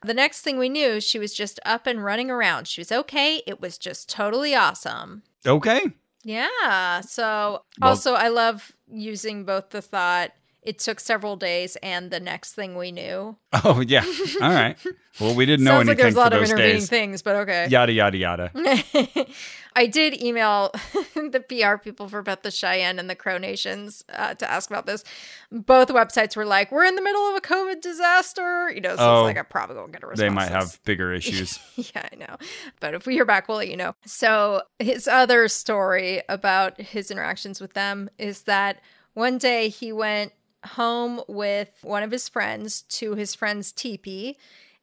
the next thing we knew, she was just up and running around. She was okay. It was just totally awesome.
Okay.
Yeah. So
Well-
also, I love using both the thought, it took several days, and the next thing we knew.
Oh, yeah. All right. Well, we didn't know
Sounds like
anything
there's a lot
for
of
those
intervening
days.
things, but okay.
Yada, yada, yada.
I did email the PR people for both the Cheyenne and the Crow Nations uh, to ask about this. Both websites were like, "We're in the middle of a COVID disaster," you know. So
Oh,
it's like I probably won't get a response.
They might
to this.
have bigger issues.
Yeah, I know. But if we hear back, we'll let you know. So, his other story about his interactions with them is that one day he went home with one of his friends to his friend's teepee.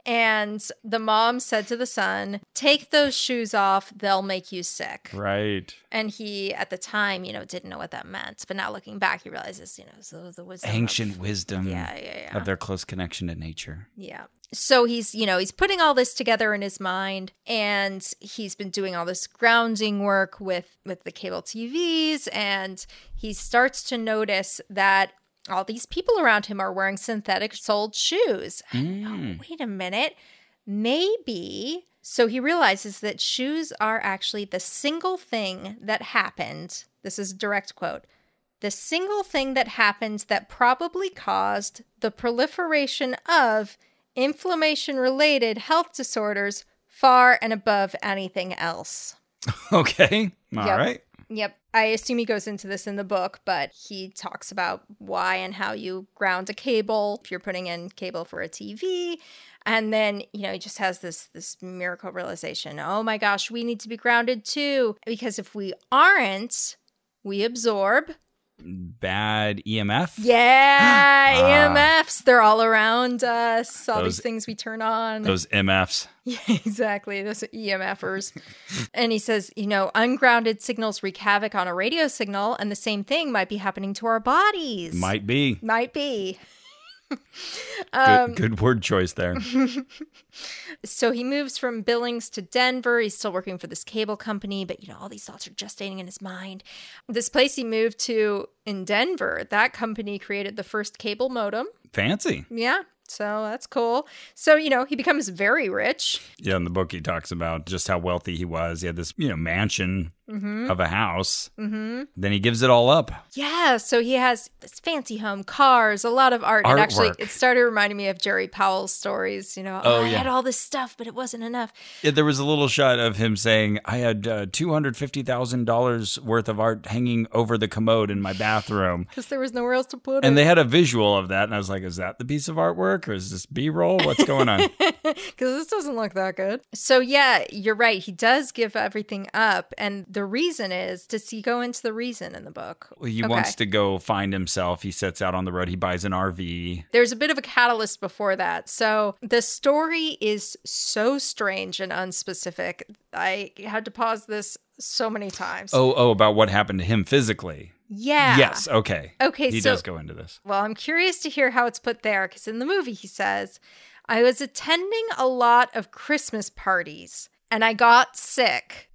And the mom said to the son, Take those shoes off, they'll make you sick.
right.
And he, at the time, you know, didn't know what that meant. But now looking back, he realizes, you know, so the wisdom. of-
Ancient wisdom
Yeah, yeah, yeah.
of their close connection to nature.
yeah. so he's you know he's putting all this together in his mind and he's been doing all this grounding work with with the cable TVs and he starts to notice that all these people around him are wearing synthetic soled shoes.
Mm.
Oh, wait a minute. Maybe so he realizes that shoes are actually the single thing that happened. This is a direct quote the single thing that happened that probably caused the proliferation of inflammation related health disorders far and above anything else.
Okay. all right.
Yep. Yep. I assume he goes into this in the book, but he talks about why and how you ground a cable if you're putting in cable for a TV. And then, you know, he just has this this miracle realization. Oh my gosh, we need to be grounded too. Because if we aren't, we absorb.
Bad E EMF.
Yeah,
Ah.
EMFs, they're all around us. All
Those-
these things we turn on.
Those MFs.
Yeah, exactly. Those are EMFers. and he says, you know, ungrounded signals wreak havoc on a radio signal, and the same thing might be happening to our bodies.
Might be.
might be.
Good,
Um,
good word choice there.
So he moves from Billings to Denver. He's still working for this cable company, but you know, all these thoughts are gestating in his mind. This place he moved to in Denver, that company created the first cable modem.
Fancy.
Yeah. So that's cool. So, you know, he becomes very rich.
Yeah, in the book he talks about just how wealthy he was. He had this, you know, mansion of a house. Mm-hmm. Then he gives it all up.
Yeah, so he has this fancy home, cars, a lot of art. It actually
Artwork.
it started reminding me of Jerry Powell's stories, you know.
Oh,
I
yeah.
had all this stuff, but it wasn't enough.
Yeah, there was a little shot of him saying, "I had uh, two hundred fifty thousand dollars worth of art hanging over the commode in my bathroom,"
Because there was nowhere else to put
and
it.
they had a visual of that, and I was like, "Is that the piece of artwork, or is this B-roll? What's going on?"
Because this doesn't look that good. So yeah, you're right. He does give everything up. And the reason is does he go into the reason in the book?
he
Okay.
wants to go find himself. He sets out on the road. He buys an RV.
There's a bit of a catalyst before that. So the story is so strange and unspecific. I had to pause this so many times.
Oh, oh, about what happened to him physically.
yeah.
Yes. Okay.
Okay,
He
so
does go into this.
Well, I'm curious to hear how it's put there because in the movie he says, I was attending a lot of Christmas parties and I got sick.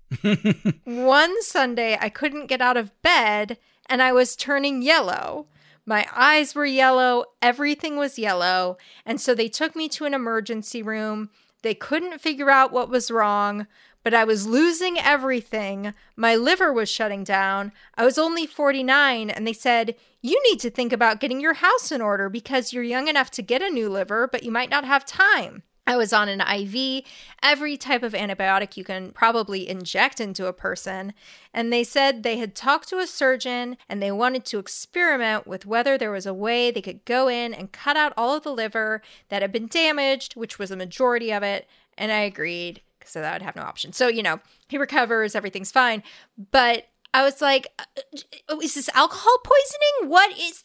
One Sunday, I couldn't get out of bed and I was turning yellow. My eyes were yellow, everything was yellow. And so they took me to an emergency room. They couldn't figure out what was wrong, but I was losing everything. My liver was shutting down. I was only 49, and they said, You need to think about getting your house in order because you're young enough to get a new liver, but you might not have time. I was on an IV, every type of antibiotic you can probably inject into a person. And they said they had talked to a surgeon and they wanted to experiment with whether there was a way they could go in and cut out all of the liver that had been damaged, which was a majority of it. And I agreed because I would have no option. So, you know, he recovers, everything's fine. But I was like, oh, is this alcohol poisoning? What is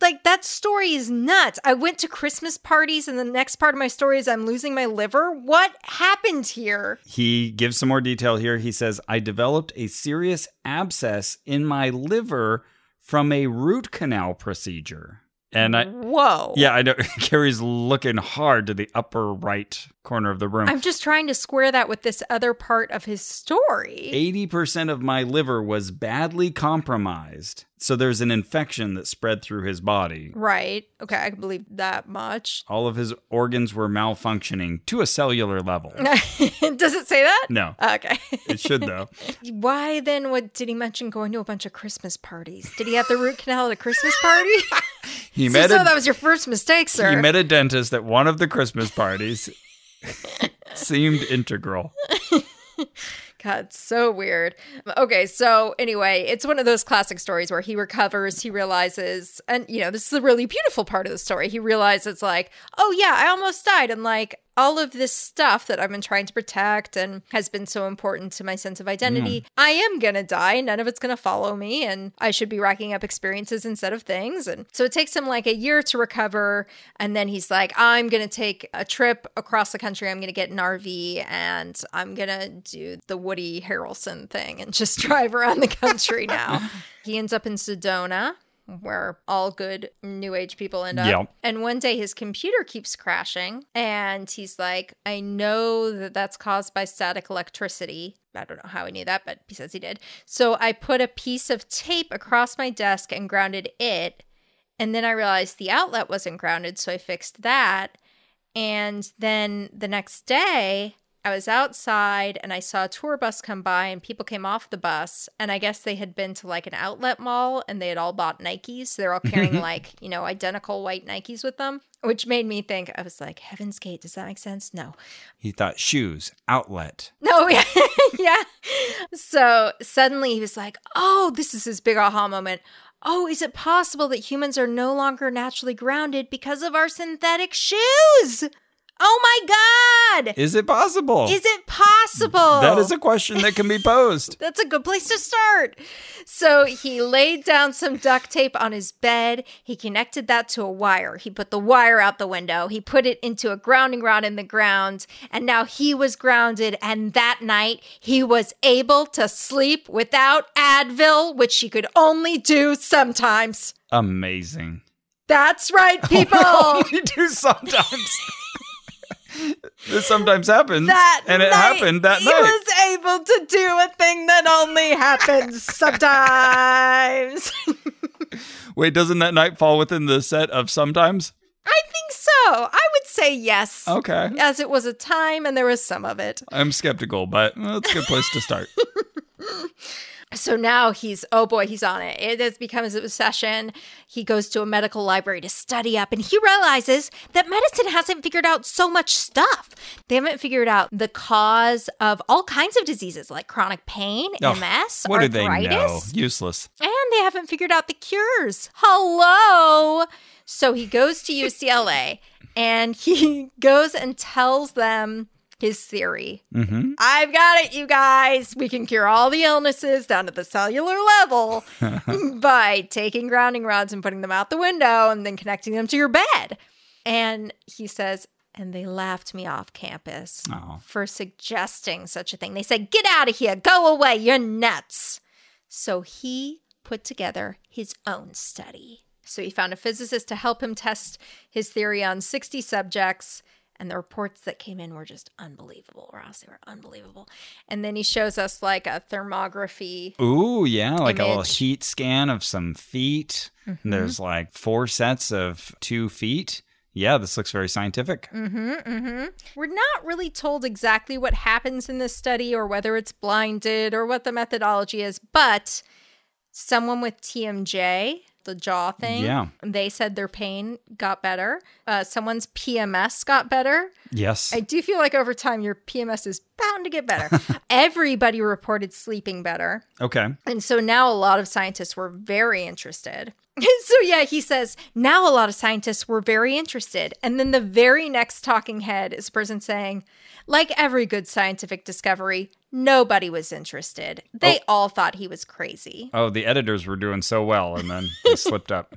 like that story is nuts. I went to Christmas parties, and the next part of my story is I'm losing my liver. What happened here?
He gives some more detail here. He says, I developed a serious abscess in my liver from a root canal procedure. And I,
Whoa.
yeah, I know Carrie's looking hard to the upper right corner of the room.
I'm just trying to square that with this other part of his story.
80% of my liver was badly compromised. So there's an infection that spread through his body.
Right. Okay, I can believe that much.
All of his organs were malfunctioning to a cellular level.
Does it say that?
No,
Okay.
it should though.
Why then what did he mention going to a bunch of Christmas parties? Did he have the root canal at a Christmas party?
He
so,
met
so
a-
that was your first mistake, sir.
He met a dentist at one of the Christmas parties. Seemed integral.
God, so weird. Okay, so anyway, it's one of those classic stories where he recovers, he realizes, and you know, this is the really beautiful part of the story. He realizes, like, oh yeah, I almost died. And like, all of this stuff that I've been trying to protect and has been so important to my sense of identity, I am gonna die. None of it's gonna follow me, and I should be racking up experiences instead of things. And so it takes him like a year to recover. And then he's like, I'm gonna take a trip across the country. I'm gonna get an RV and I'm gonna do the Woody Harrelson thing and just drive around the country now. he ends up in Sedona. where all good new age people end up.
Yeah.
And one day his computer keeps crashing, and he's like, I know that that's caused by static electricity. I don't know how he knew that, but he says he did. So I put a piece of tape across my desk and grounded it. And then I realized the outlet wasn't grounded, so I fixed that. And then the next day, I was outside and I saw a tour bus come by and people came off the bus. And I guess they had been to like an outlet mall and they had all bought Nikes. So they're all carrying like, you know, identical white Nikes with them, which made me think, I was like, Heaven's Gate, does that make sense? No.
He thought shoes, outlet.
No, yeah. yeah. So suddenly he was like, oh, this is his big aha moment. Oh, is it possible that humans are no longer naturally grounded because of our synthetic shoes? Oh my God!
Is it possible?
Is it possible?
that is a question that can be posed.
That's a good place to start. So he laid down some duct tape on his bed. He connected that to a wire. He put the wire out the window. He put it into a grounding rod in the ground. And now he was grounded. And that night, he was able to sleep without Advil, which he could only do sometimes.
Amazing.
That's right, people.
we do sometimes. this sometimes happens.
That
and it
night,
happened that
he
night.
was able to do a thing that only happens sometimes.
Wait, doesn't that night fall within the set of sometimes?
I think so. I would say yes.
Okay.
As it was a time and there was some of it.
I'm skeptical, but well, it's a good place to start.
So now he's, oh boy, he's on it. It has become his obsession. He goes to a medical library to study up and he realizes that medicine hasn't figured out so much stuff. They haven't figured out the cause of all kinds of diseases like chronic pain,
Ugh,
MS,
Oh, what do
arthritis.
they know? Useless.
And they haven't figured out the cures. Hello. So he goes to UCLA and he goes and tells them his theory.
Mm-hmm.
I've got it, you guys. We can cure all the illnesses down to the cellular level by taking grounding rods and putting them out the window and then connecting them to your bed. And he says, and they laughed me off campus
Oh.
for suggesting such a thing. They said, Get out of here, go away, you're nuts. So he put together his own study. So he found a physicist to help him test his theory on 60 subjects. And the reports that came in were just unbelievable, Ross. They were unbelievable. And then he shows us like a thermography.
Ooh, yeah, like a little
Image.
heat scan of some feet. And there's
Mm-hmm.
like four sets of two feet. Yeah, this looks very scientific.
Mm. We're not really told exactly what happens in this study or whether it's blinded or what the methodology is, but someone with TMJ, the jaw thing,
Yeah.
they said their pain got better. Uh, someone's PMS got better.
Yes.
I do feel like over time your PMS is bound to get better. Everybody reported sleeping better.
okay.
And so now a lot of scientists were very interested. so yeah, he says, now a lot of scientists were very interested. And then the very next talking head is a person saying, like every good scientific discovery, nobody was interested. They all thought he was crazy.
Oh, the editors were doing so well and then they slipped up.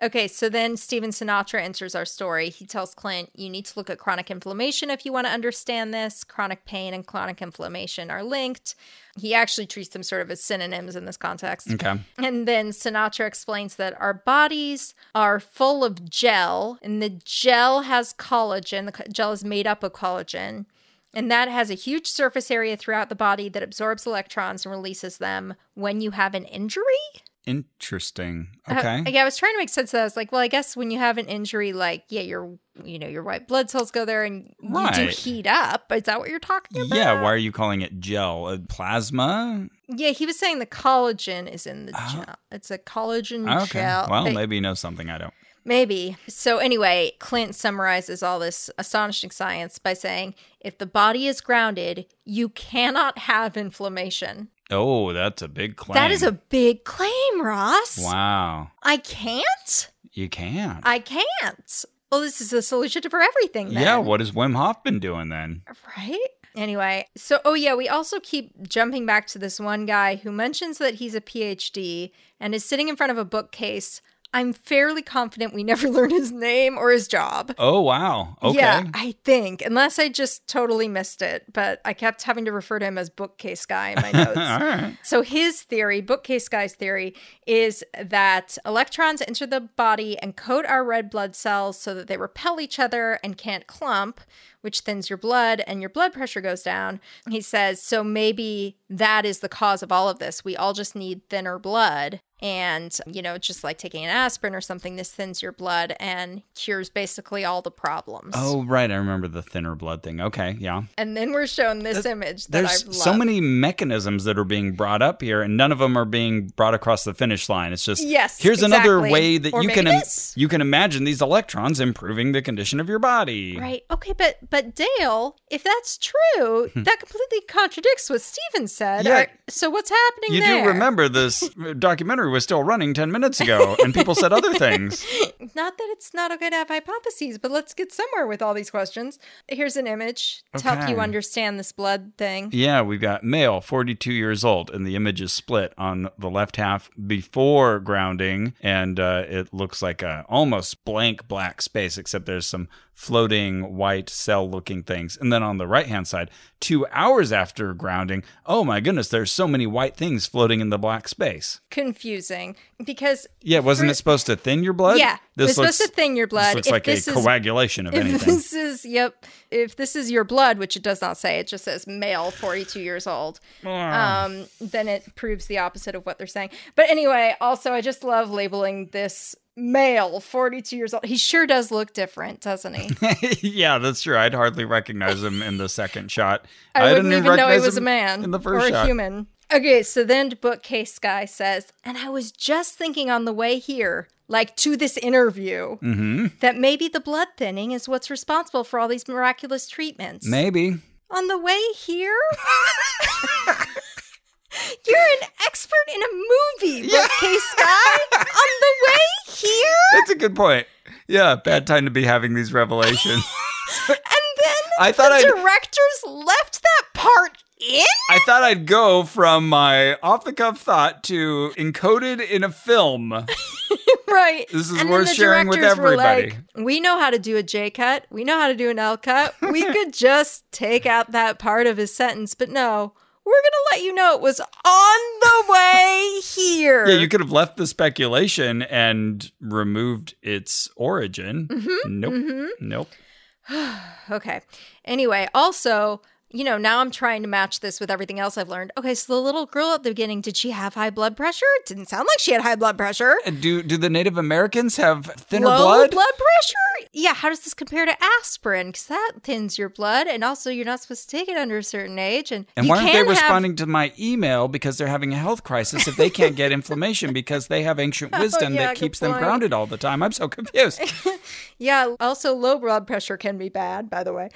Okay, so then Steven Sinatra enters our story. He tells Clint, You need to look at chronic inflammation if you want to understand this. Chronic pain and chronic inflammation are linked. He actually treats them sort of as synonyms in this context.
Okay.
And then Sinatra explains that our bodies are full of gel, and the gel has collagen. The co- gel is made up of collagen, and that has a huge surface area throughout the body that absorbs electrons and releases them when you have an injury.
Interesting.
Uh,
Okay.
yeah, I was trying to make sense of that. I was like, well, I guess when you have an injury, like, yeah, your you know, your white blood cells go there and you do
Right.
heat up. Is that what you're talking about?
Yeah, why are you calling it gel? Uh, plasma?
Yeah, he was saying the collagen is in the
Oh.
gel. It's a collagen
Okay.
Mm, gel.
Well,
But-
maybe you know something I don't.
Maybe. So, anyway, Clint summarizes all this astonishing science by saying if the body is grounded, you cannot have inflammation.
Oh, that's a big claim.
That is a big claim, Ross.
Wow.
I can't.
You can.
I can't. Well, this is the solution for everything, then.
yeah, what has Wim Hof been doing then?
Right? Anyway, so oh yeah, we also keep jumping back to this one guy who mentions that he's a PhD and is sitting in front of a bookcase I'm fairly confident we never learn his name or his job.
Oh wow. Okay.
Yeah, I think, unless I just totally missed it, but I kept having to refer to him as bookcase guy in my notes.
All right.
So his theory, bookcase guy's theory, is that electrons enter the body and coat our red blood cells so that they repel each other and can't clump, which thins your blood and your blood pressure goes down. He says, so maybe that is the cause of all of this. We all just need thinner blood. And, you know, just like taking an aspirin or something, this thins your blood and cures basically all the problems.
Oh right, I remember the thinner blood thing. Okay, yeah.
And then we're shown this image that I love.
There's so many mechanisms that are being brought up here, and none of them are being brought across the finish line. It's just
Yes,
Here's another
exactly.
way that
Or
you
maybe
can im-
this.
you can imagine these electrons improving the condition of your body.
Right. Okay, but but Dale, if that's true, that completely contradicts what Steven said.
Hmm. Yeah.
Are- so what's happening
You
there?
do remember this uh, documentary was still running ten minutes ago, and people said other things.
Not that it's not okay to have hypotheses, but let's get somewhere with all these questions. Here's an image to help you
Okay.
understand this blood thing.
Yeah, we've got male, 42 years old, and the image is split on the left half before grounding, and uh, it looks like a almost blank black space, except there's some floating white cell-looking things. And then on the right-hand side, two hours after grounding, oh my goodness, there's so many white things floating in the black space.
Confusing because
Yeah, wasn't it supposed to thin your blood?
yeah,
this
it's
looks
supposed to thin your
this
blood.
looks
if
like
this
a
is
coagulation of
if
anything.
this is yep, if this is your blood, which it does not say, it just says male, 42 years old.
Oh.
um, then it proves the opposite of what they're saying. But anyway, also I just love labeling this male, 42 years old. He sure does look different, doesn't he?
yeah, that's true. I'd hardly recognize him in the second shot.
I,
didn't
wouldn't even know he
recognize
was a
him
man
in the first
or
shot.
a human. Okay, so then bookcase guy says, and I was just thinking on the way here, like to this interview,
Mm-hmm.
that maybe the blood thinning is what's responsible for all these miraculous treatments.
Maybe.
on the way here? You're an expert in a movie, bookcase guy. on the way here,
That's a good point. Yeah, bad time to be having these revelations.
and then
I thought
the
I'd-
directors left that part in.
I thought I'd go from my off the cuff thought to encoded in a film.
Right.
This is
and
worth
then the
sharing with
directors were
everybody.
like, we know how to do a J cut. We know how to do an L cut. We could just take out that part of his sentence, but no. We're gonna let you know it was on the way here.
Yeah, you could have left the speculation and removed its origin.
Mm-hmm,
Nope. Nope.
Okay. Anyway, also, you know, now I'm trying to match this with everything else I've learned. Okay, so the little girl at the beginning, did she have high blood pressure? It didn't sound like she had high blood pressure.
And Do do the Native Americans have thinner
Low
blood?
pressure? Yeah, how does this compare to aspirin? Because that thins your blood, and also you're not supposed to take it under a certain age. And,
And
you
why aren't they
can have-
responding to my email because they're having a health crisis if they can't get inflammation because they have ancient wisdom
Oh, yeah,
that
good
keeps them
point.
grounded all the time? I'm so confused.
Yeah, also low blood pressure can be bad, by the way.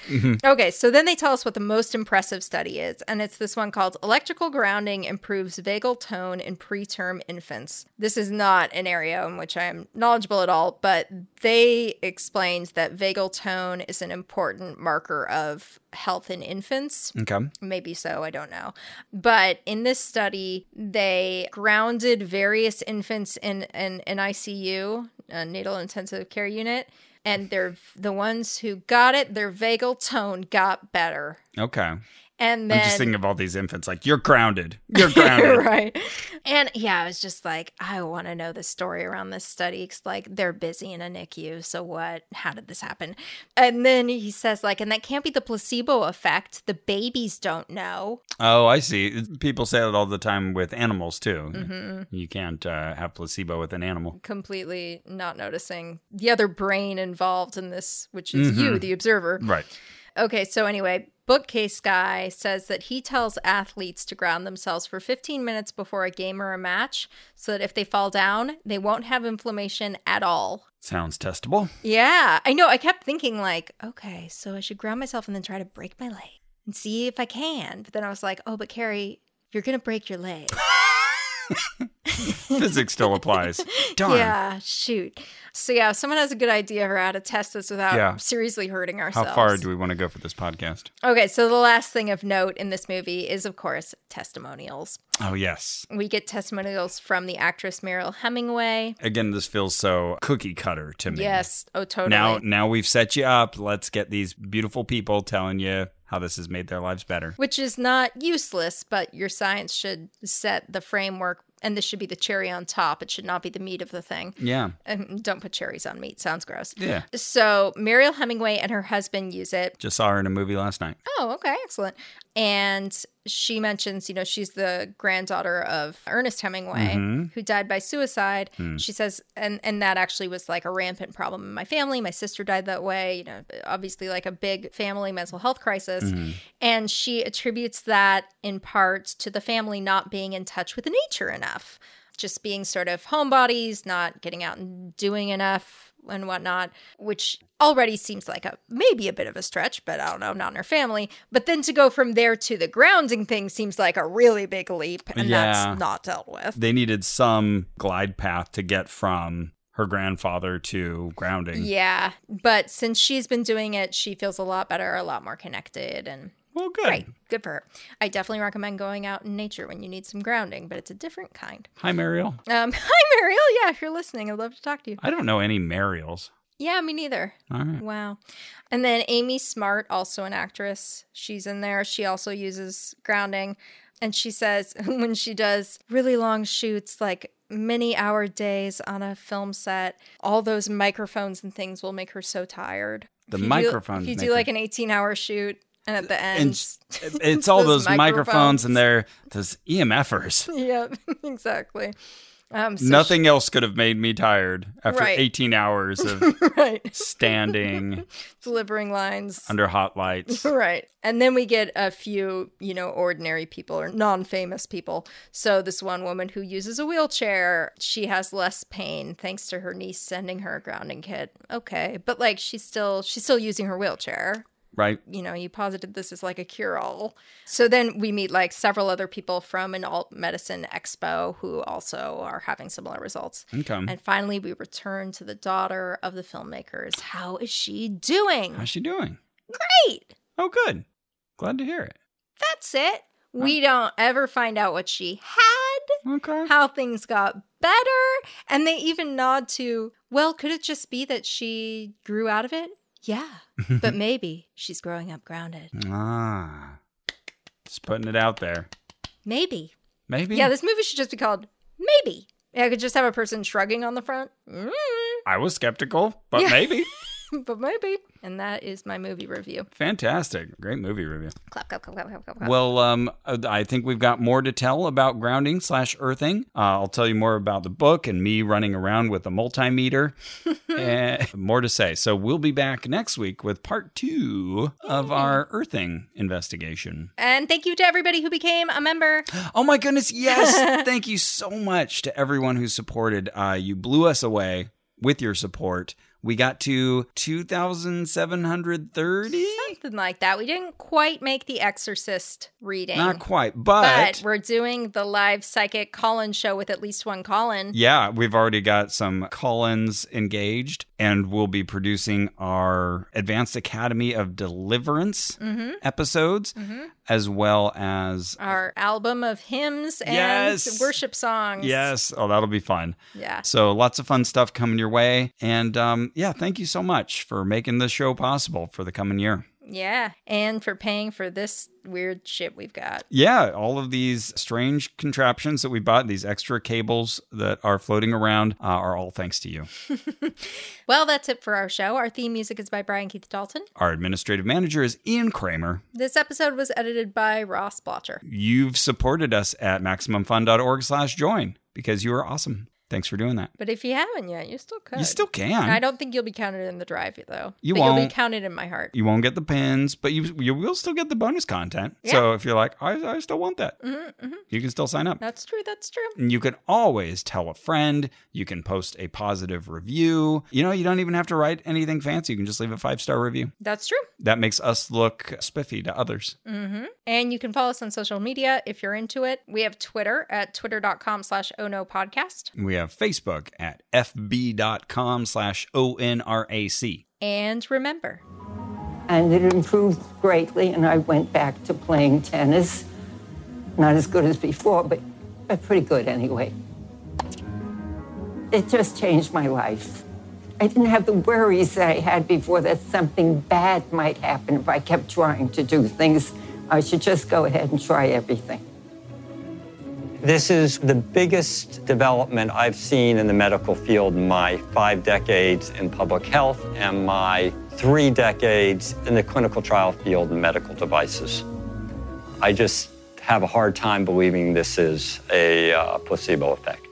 Okay, so then they tell us what the most impressive study is, and it's this one called Electrical Grounding Improves Vagal Tone in Preterm Infants. This is not an area in which I am knowledgeable at all, but they explained that vagal tone is an important marker of health in infants.
okay.
Maybe so, I don't know. But in this study, they grounded various infants in an in, ICU, a natal intensive care unit, and they're the ones who got it, their vagal tone got better.
Okay.
And
I'm
then
just thinking of all these infants. Like you're grounded. You're grounded.
right. And yeah, I was just like, I want to know the story around this study. 'cause, like, they're busy in a NICU. So what? How did this happen? And then he says, like, and that can't be the placebo effect. The babies don't know.
Oh, I see. People say that all the time with animals too.
Mm-hmm.
You can't uh, have placebo with an animal.
completely not noticing the other brain involved in this, which is you, the observer.
Right.
Okay, so anyway, bookcase guy says that he tells athletes to ground themselves for 15 minutes before a game or a match so that if they fall down, they won't have inflammation at all.
Sounds testable.
Yeah, I know. I kept thinking, like, okay, so I should ground myself and then try to break my leg and see if I can. But then I was like, oh, but Carrie, you're going to break your leg.
Physics still applies. Darn.
Yeah, shoot. So yeah, if someone has a good idea for how to test this without
Yeah.
seriously hurting
How
ourselves.
far do we want to go for this podcast?
okay, so the last thing of note in this movie is of course testimonials.
Oh, yes.
We get testimonials from the actress Meryl Hemingway.
Again, this feels so cookie cutter to me.
Yes, oh totally.
Now, now we've set you up. Let's get these beautiful people telling you how this has made their lives better.
which is not useless, but your science should set the framework and this should be the cherry on top. It should not be the meat of the thing.
Yeah.
And don't put cherries on meat. Sounds gross.
Yeah.
So Mariel Hemingway and her husband use it.
Just saw her in a movie last night.
Oh, okay, excellent. And she mentions, you know, she's the granddaughter of Ernest Hemingway, who died by suicide. She says, and and that actually was like a rampant problem in my family. My sister died that way. You know, obviously like a big family mental health crisis. And she attributes that in part to the family not being in touch with nature enough, just being sort of homebodies, not getting out and doing enough and whatnot, which already seems like a maybe a bit of a stretch, but I don't know, not in her family. But then to go from there to the grounding thing seems like a really big leap, and
Yeah.
that's not dealt with.
They needed some glide path to get from her grandfather to grounding.
Yeah, but since she's been doing it, she feels a lot better, a lot more connected, and
Well, good.
great, good for her. I definitely recommend going out in nature when you need some grounding, but it's a different kind.
Hi, Mariel.
Um, hi, Mariel. Yeah, if you're listening, I'd love to talk to you.
I don't know any Mariels.
Yeah, me neither.
All right.
Wow. And then Amy Smart, also an actress, she's in there. She also uses grounding. And she says when she does really long shoots, like many hour days on a film set, all those microphones and things will make her so tired.
The
If you do-
microphones
If you
make
do
her-
like an 18 hour shoot and at the end.
And s- it's all those,
Those
microphones
microphones.
and they're those E EMFers.
yep, exactly. Um, so
Nothing else could have made me tired after
Right.
18 hours of
she- right.
standing
Delivering lines.
under hot lights.
Right. And then we get a few, you know, ordinary people or non famous people. So, this one woman who uses a wheelchair, she has less pain thanks to her niece sending her a grounding kit. Okay. But, like, she's still, she's still using her wheelchair.
Right.
You know, you posited this as like a cure all. So then we meet like several other people from an alt medicine expo who also are having similar results.
Income.
And finally, we return to the daughter of the filmmakers. How is she doing?
How's she doing?
Great.
Oh, good. Glad to hear it.
That's it. We don't ever find out what she had,
Okay.
how things got better, and they even nod to, well, could it just be that she grew out of it? Yeah, but maybe she's growing up grounded.
ah. Just putting it out there.
Maybe.
Maybe.
Yeah, this movie should just be called Maybe. I could just have a person shrugging on the front. Mm,
I was skeptical, but
Yeah.
maybe.
but maybe. And that is my movie review.
Fantastic. Great movie review.
Clap, clap, clap, clap, clap, clap. clap.
Well, um, I think we've got more to tell about grounding slash earthing. Uh, I'll tell you more about the book and me running around with a multimeter. and more to say. So we'll be back next week with part two of our earthing investigation.
and thank you to everybody who became a member.
Oh my goodness, yes. Thank you so much to everyone who supported. Uh, you blew us away with your support. We got to 2,730?
Something like that. We didn't quite make the Exorcist reading.
Not quite,
But
but.
we're doing the live psychic call-in show with at least one call-in.
yeah, we've already got some Collins engaged, and we'll be producing our Advanced Academy of Deliverance
Mm-hmm.
episodes, as well as
Our album of hymns and
Yes.
worship songs.
Yes. Oh, that'll be fun.
Yeah.
So lots of fun stuff coming your way. And um, yeah, thank you so much for making this show possible for the coming year.
Yeah. And for paying for this weird shit we've got.
Yeah, all of these strange contraptions that we bought, these extra cables that are floating around, uh, are all thanks to you.
Well, that's it for our show. Our theme music is by Brian Keith Dalton.
Our administrative manager is Ian Kramer.
This episode was edited by Ross Blotcher.
You've supported us at MaximumFun.org slash join because you are awesome. Thanks for doing that.
But if you haven't yet, you still could.
You still can.
I don't think you'll be counted in the drive though.
You
but You'll
won't.
be counted in my heart.
you won't get the pins, but you you will still get the bonus content.
Yeah.
So if you're like, I, I still want that,
Mm-hmm, hmm
you can still sign up.
That's true. That's true.
And you can always tell a friend. You can post a positive review. You know, you don't even have to write anything fancy. You can just leave a five star review.
That's true.
That makes us look spiffy to others.
Mm-hmm. And you can follow us on social media if you're into it. We have Twitter at twitter.com slash oh no podcast.
We have Facebook at fb.com slash ONRAC.
And remember,
and it improved greatly. And I went back to playing tennis. Not as good as before, but, but pretty good anyway. It just changed my life. I didn't have the worries that I had before that something bad might happen if I kept trying to do things. I should just go ahead and try everything.
This is the biggest development I've seen in the medical field in my five decades in public health and my three decades in the clinical trial field in medical devices. I just have a hard time believing this is a uh, placebo effect.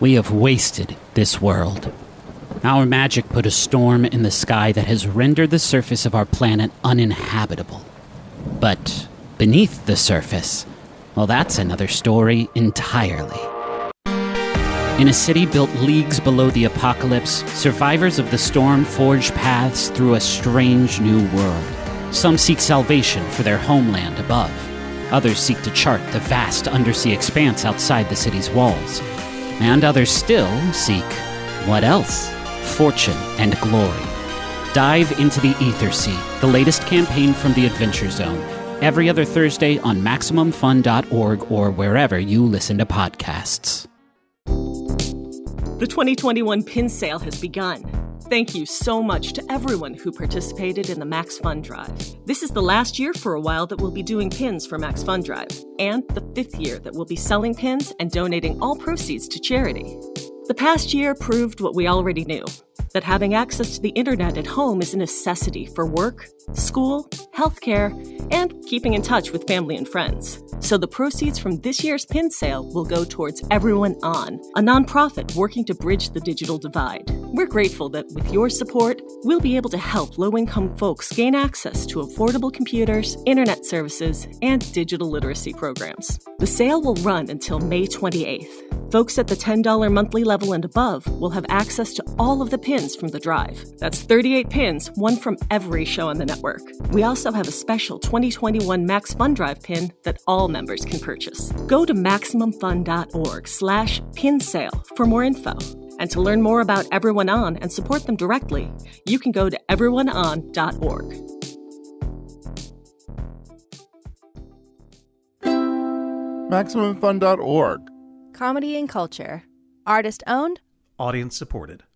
We have wasted this world. Our magic put a storm in the sky that has rendered the surface of our planet uninhabitable. But beneath the surface, well, that's another story entirely. In a city built leagues below the apocalypse, survivors of the storm forge paths through a strange new world. Some seek salvation for their homeland above. Others seek to chart the vast undersea expanse outside the city's walls. And others still seek what else? Fortune and glory. Dive into the Ether Sea, the latest campaign from the Adventure Zone, every other Thursday on MaximumFun.org or wherever you listen to podcasts.
The 2021 pin sale has begun. Thank you so much to everyone who participated in the Max Fund Drive. This is the last year for a while that we'll be doing pins for Max Fund Drive, and the fifth year that we'll be selling pins and donating all proceeds to charity. The past year proved what we already knew that having access to the internet at home is a necessity for work, school, healthcare, and keeping in touch with family and friends. So the proceeds from this year's pin sale will go towards Everyone On, a nonprofit working to bridge the digital divide. We're grateful that with your support, we'll be able to help low income folks gain access to affordable computers, internet services, and digital literacy programs. The sale will run until May 28th. Folks at the $10 monthly level and above will have access to all of the pins from the drive. That's 38 pins, one from every show on the network. We also have a special 2021 Max Fun Drive pin that all members can purchase. Go to MaximumFun.org slash pin sale for more info. And to learn more about Everyone On and support them directly, you can go to everyoneon.org.
MaximumFun.org.
Comedy and culture. Artist owned.
Audience supported.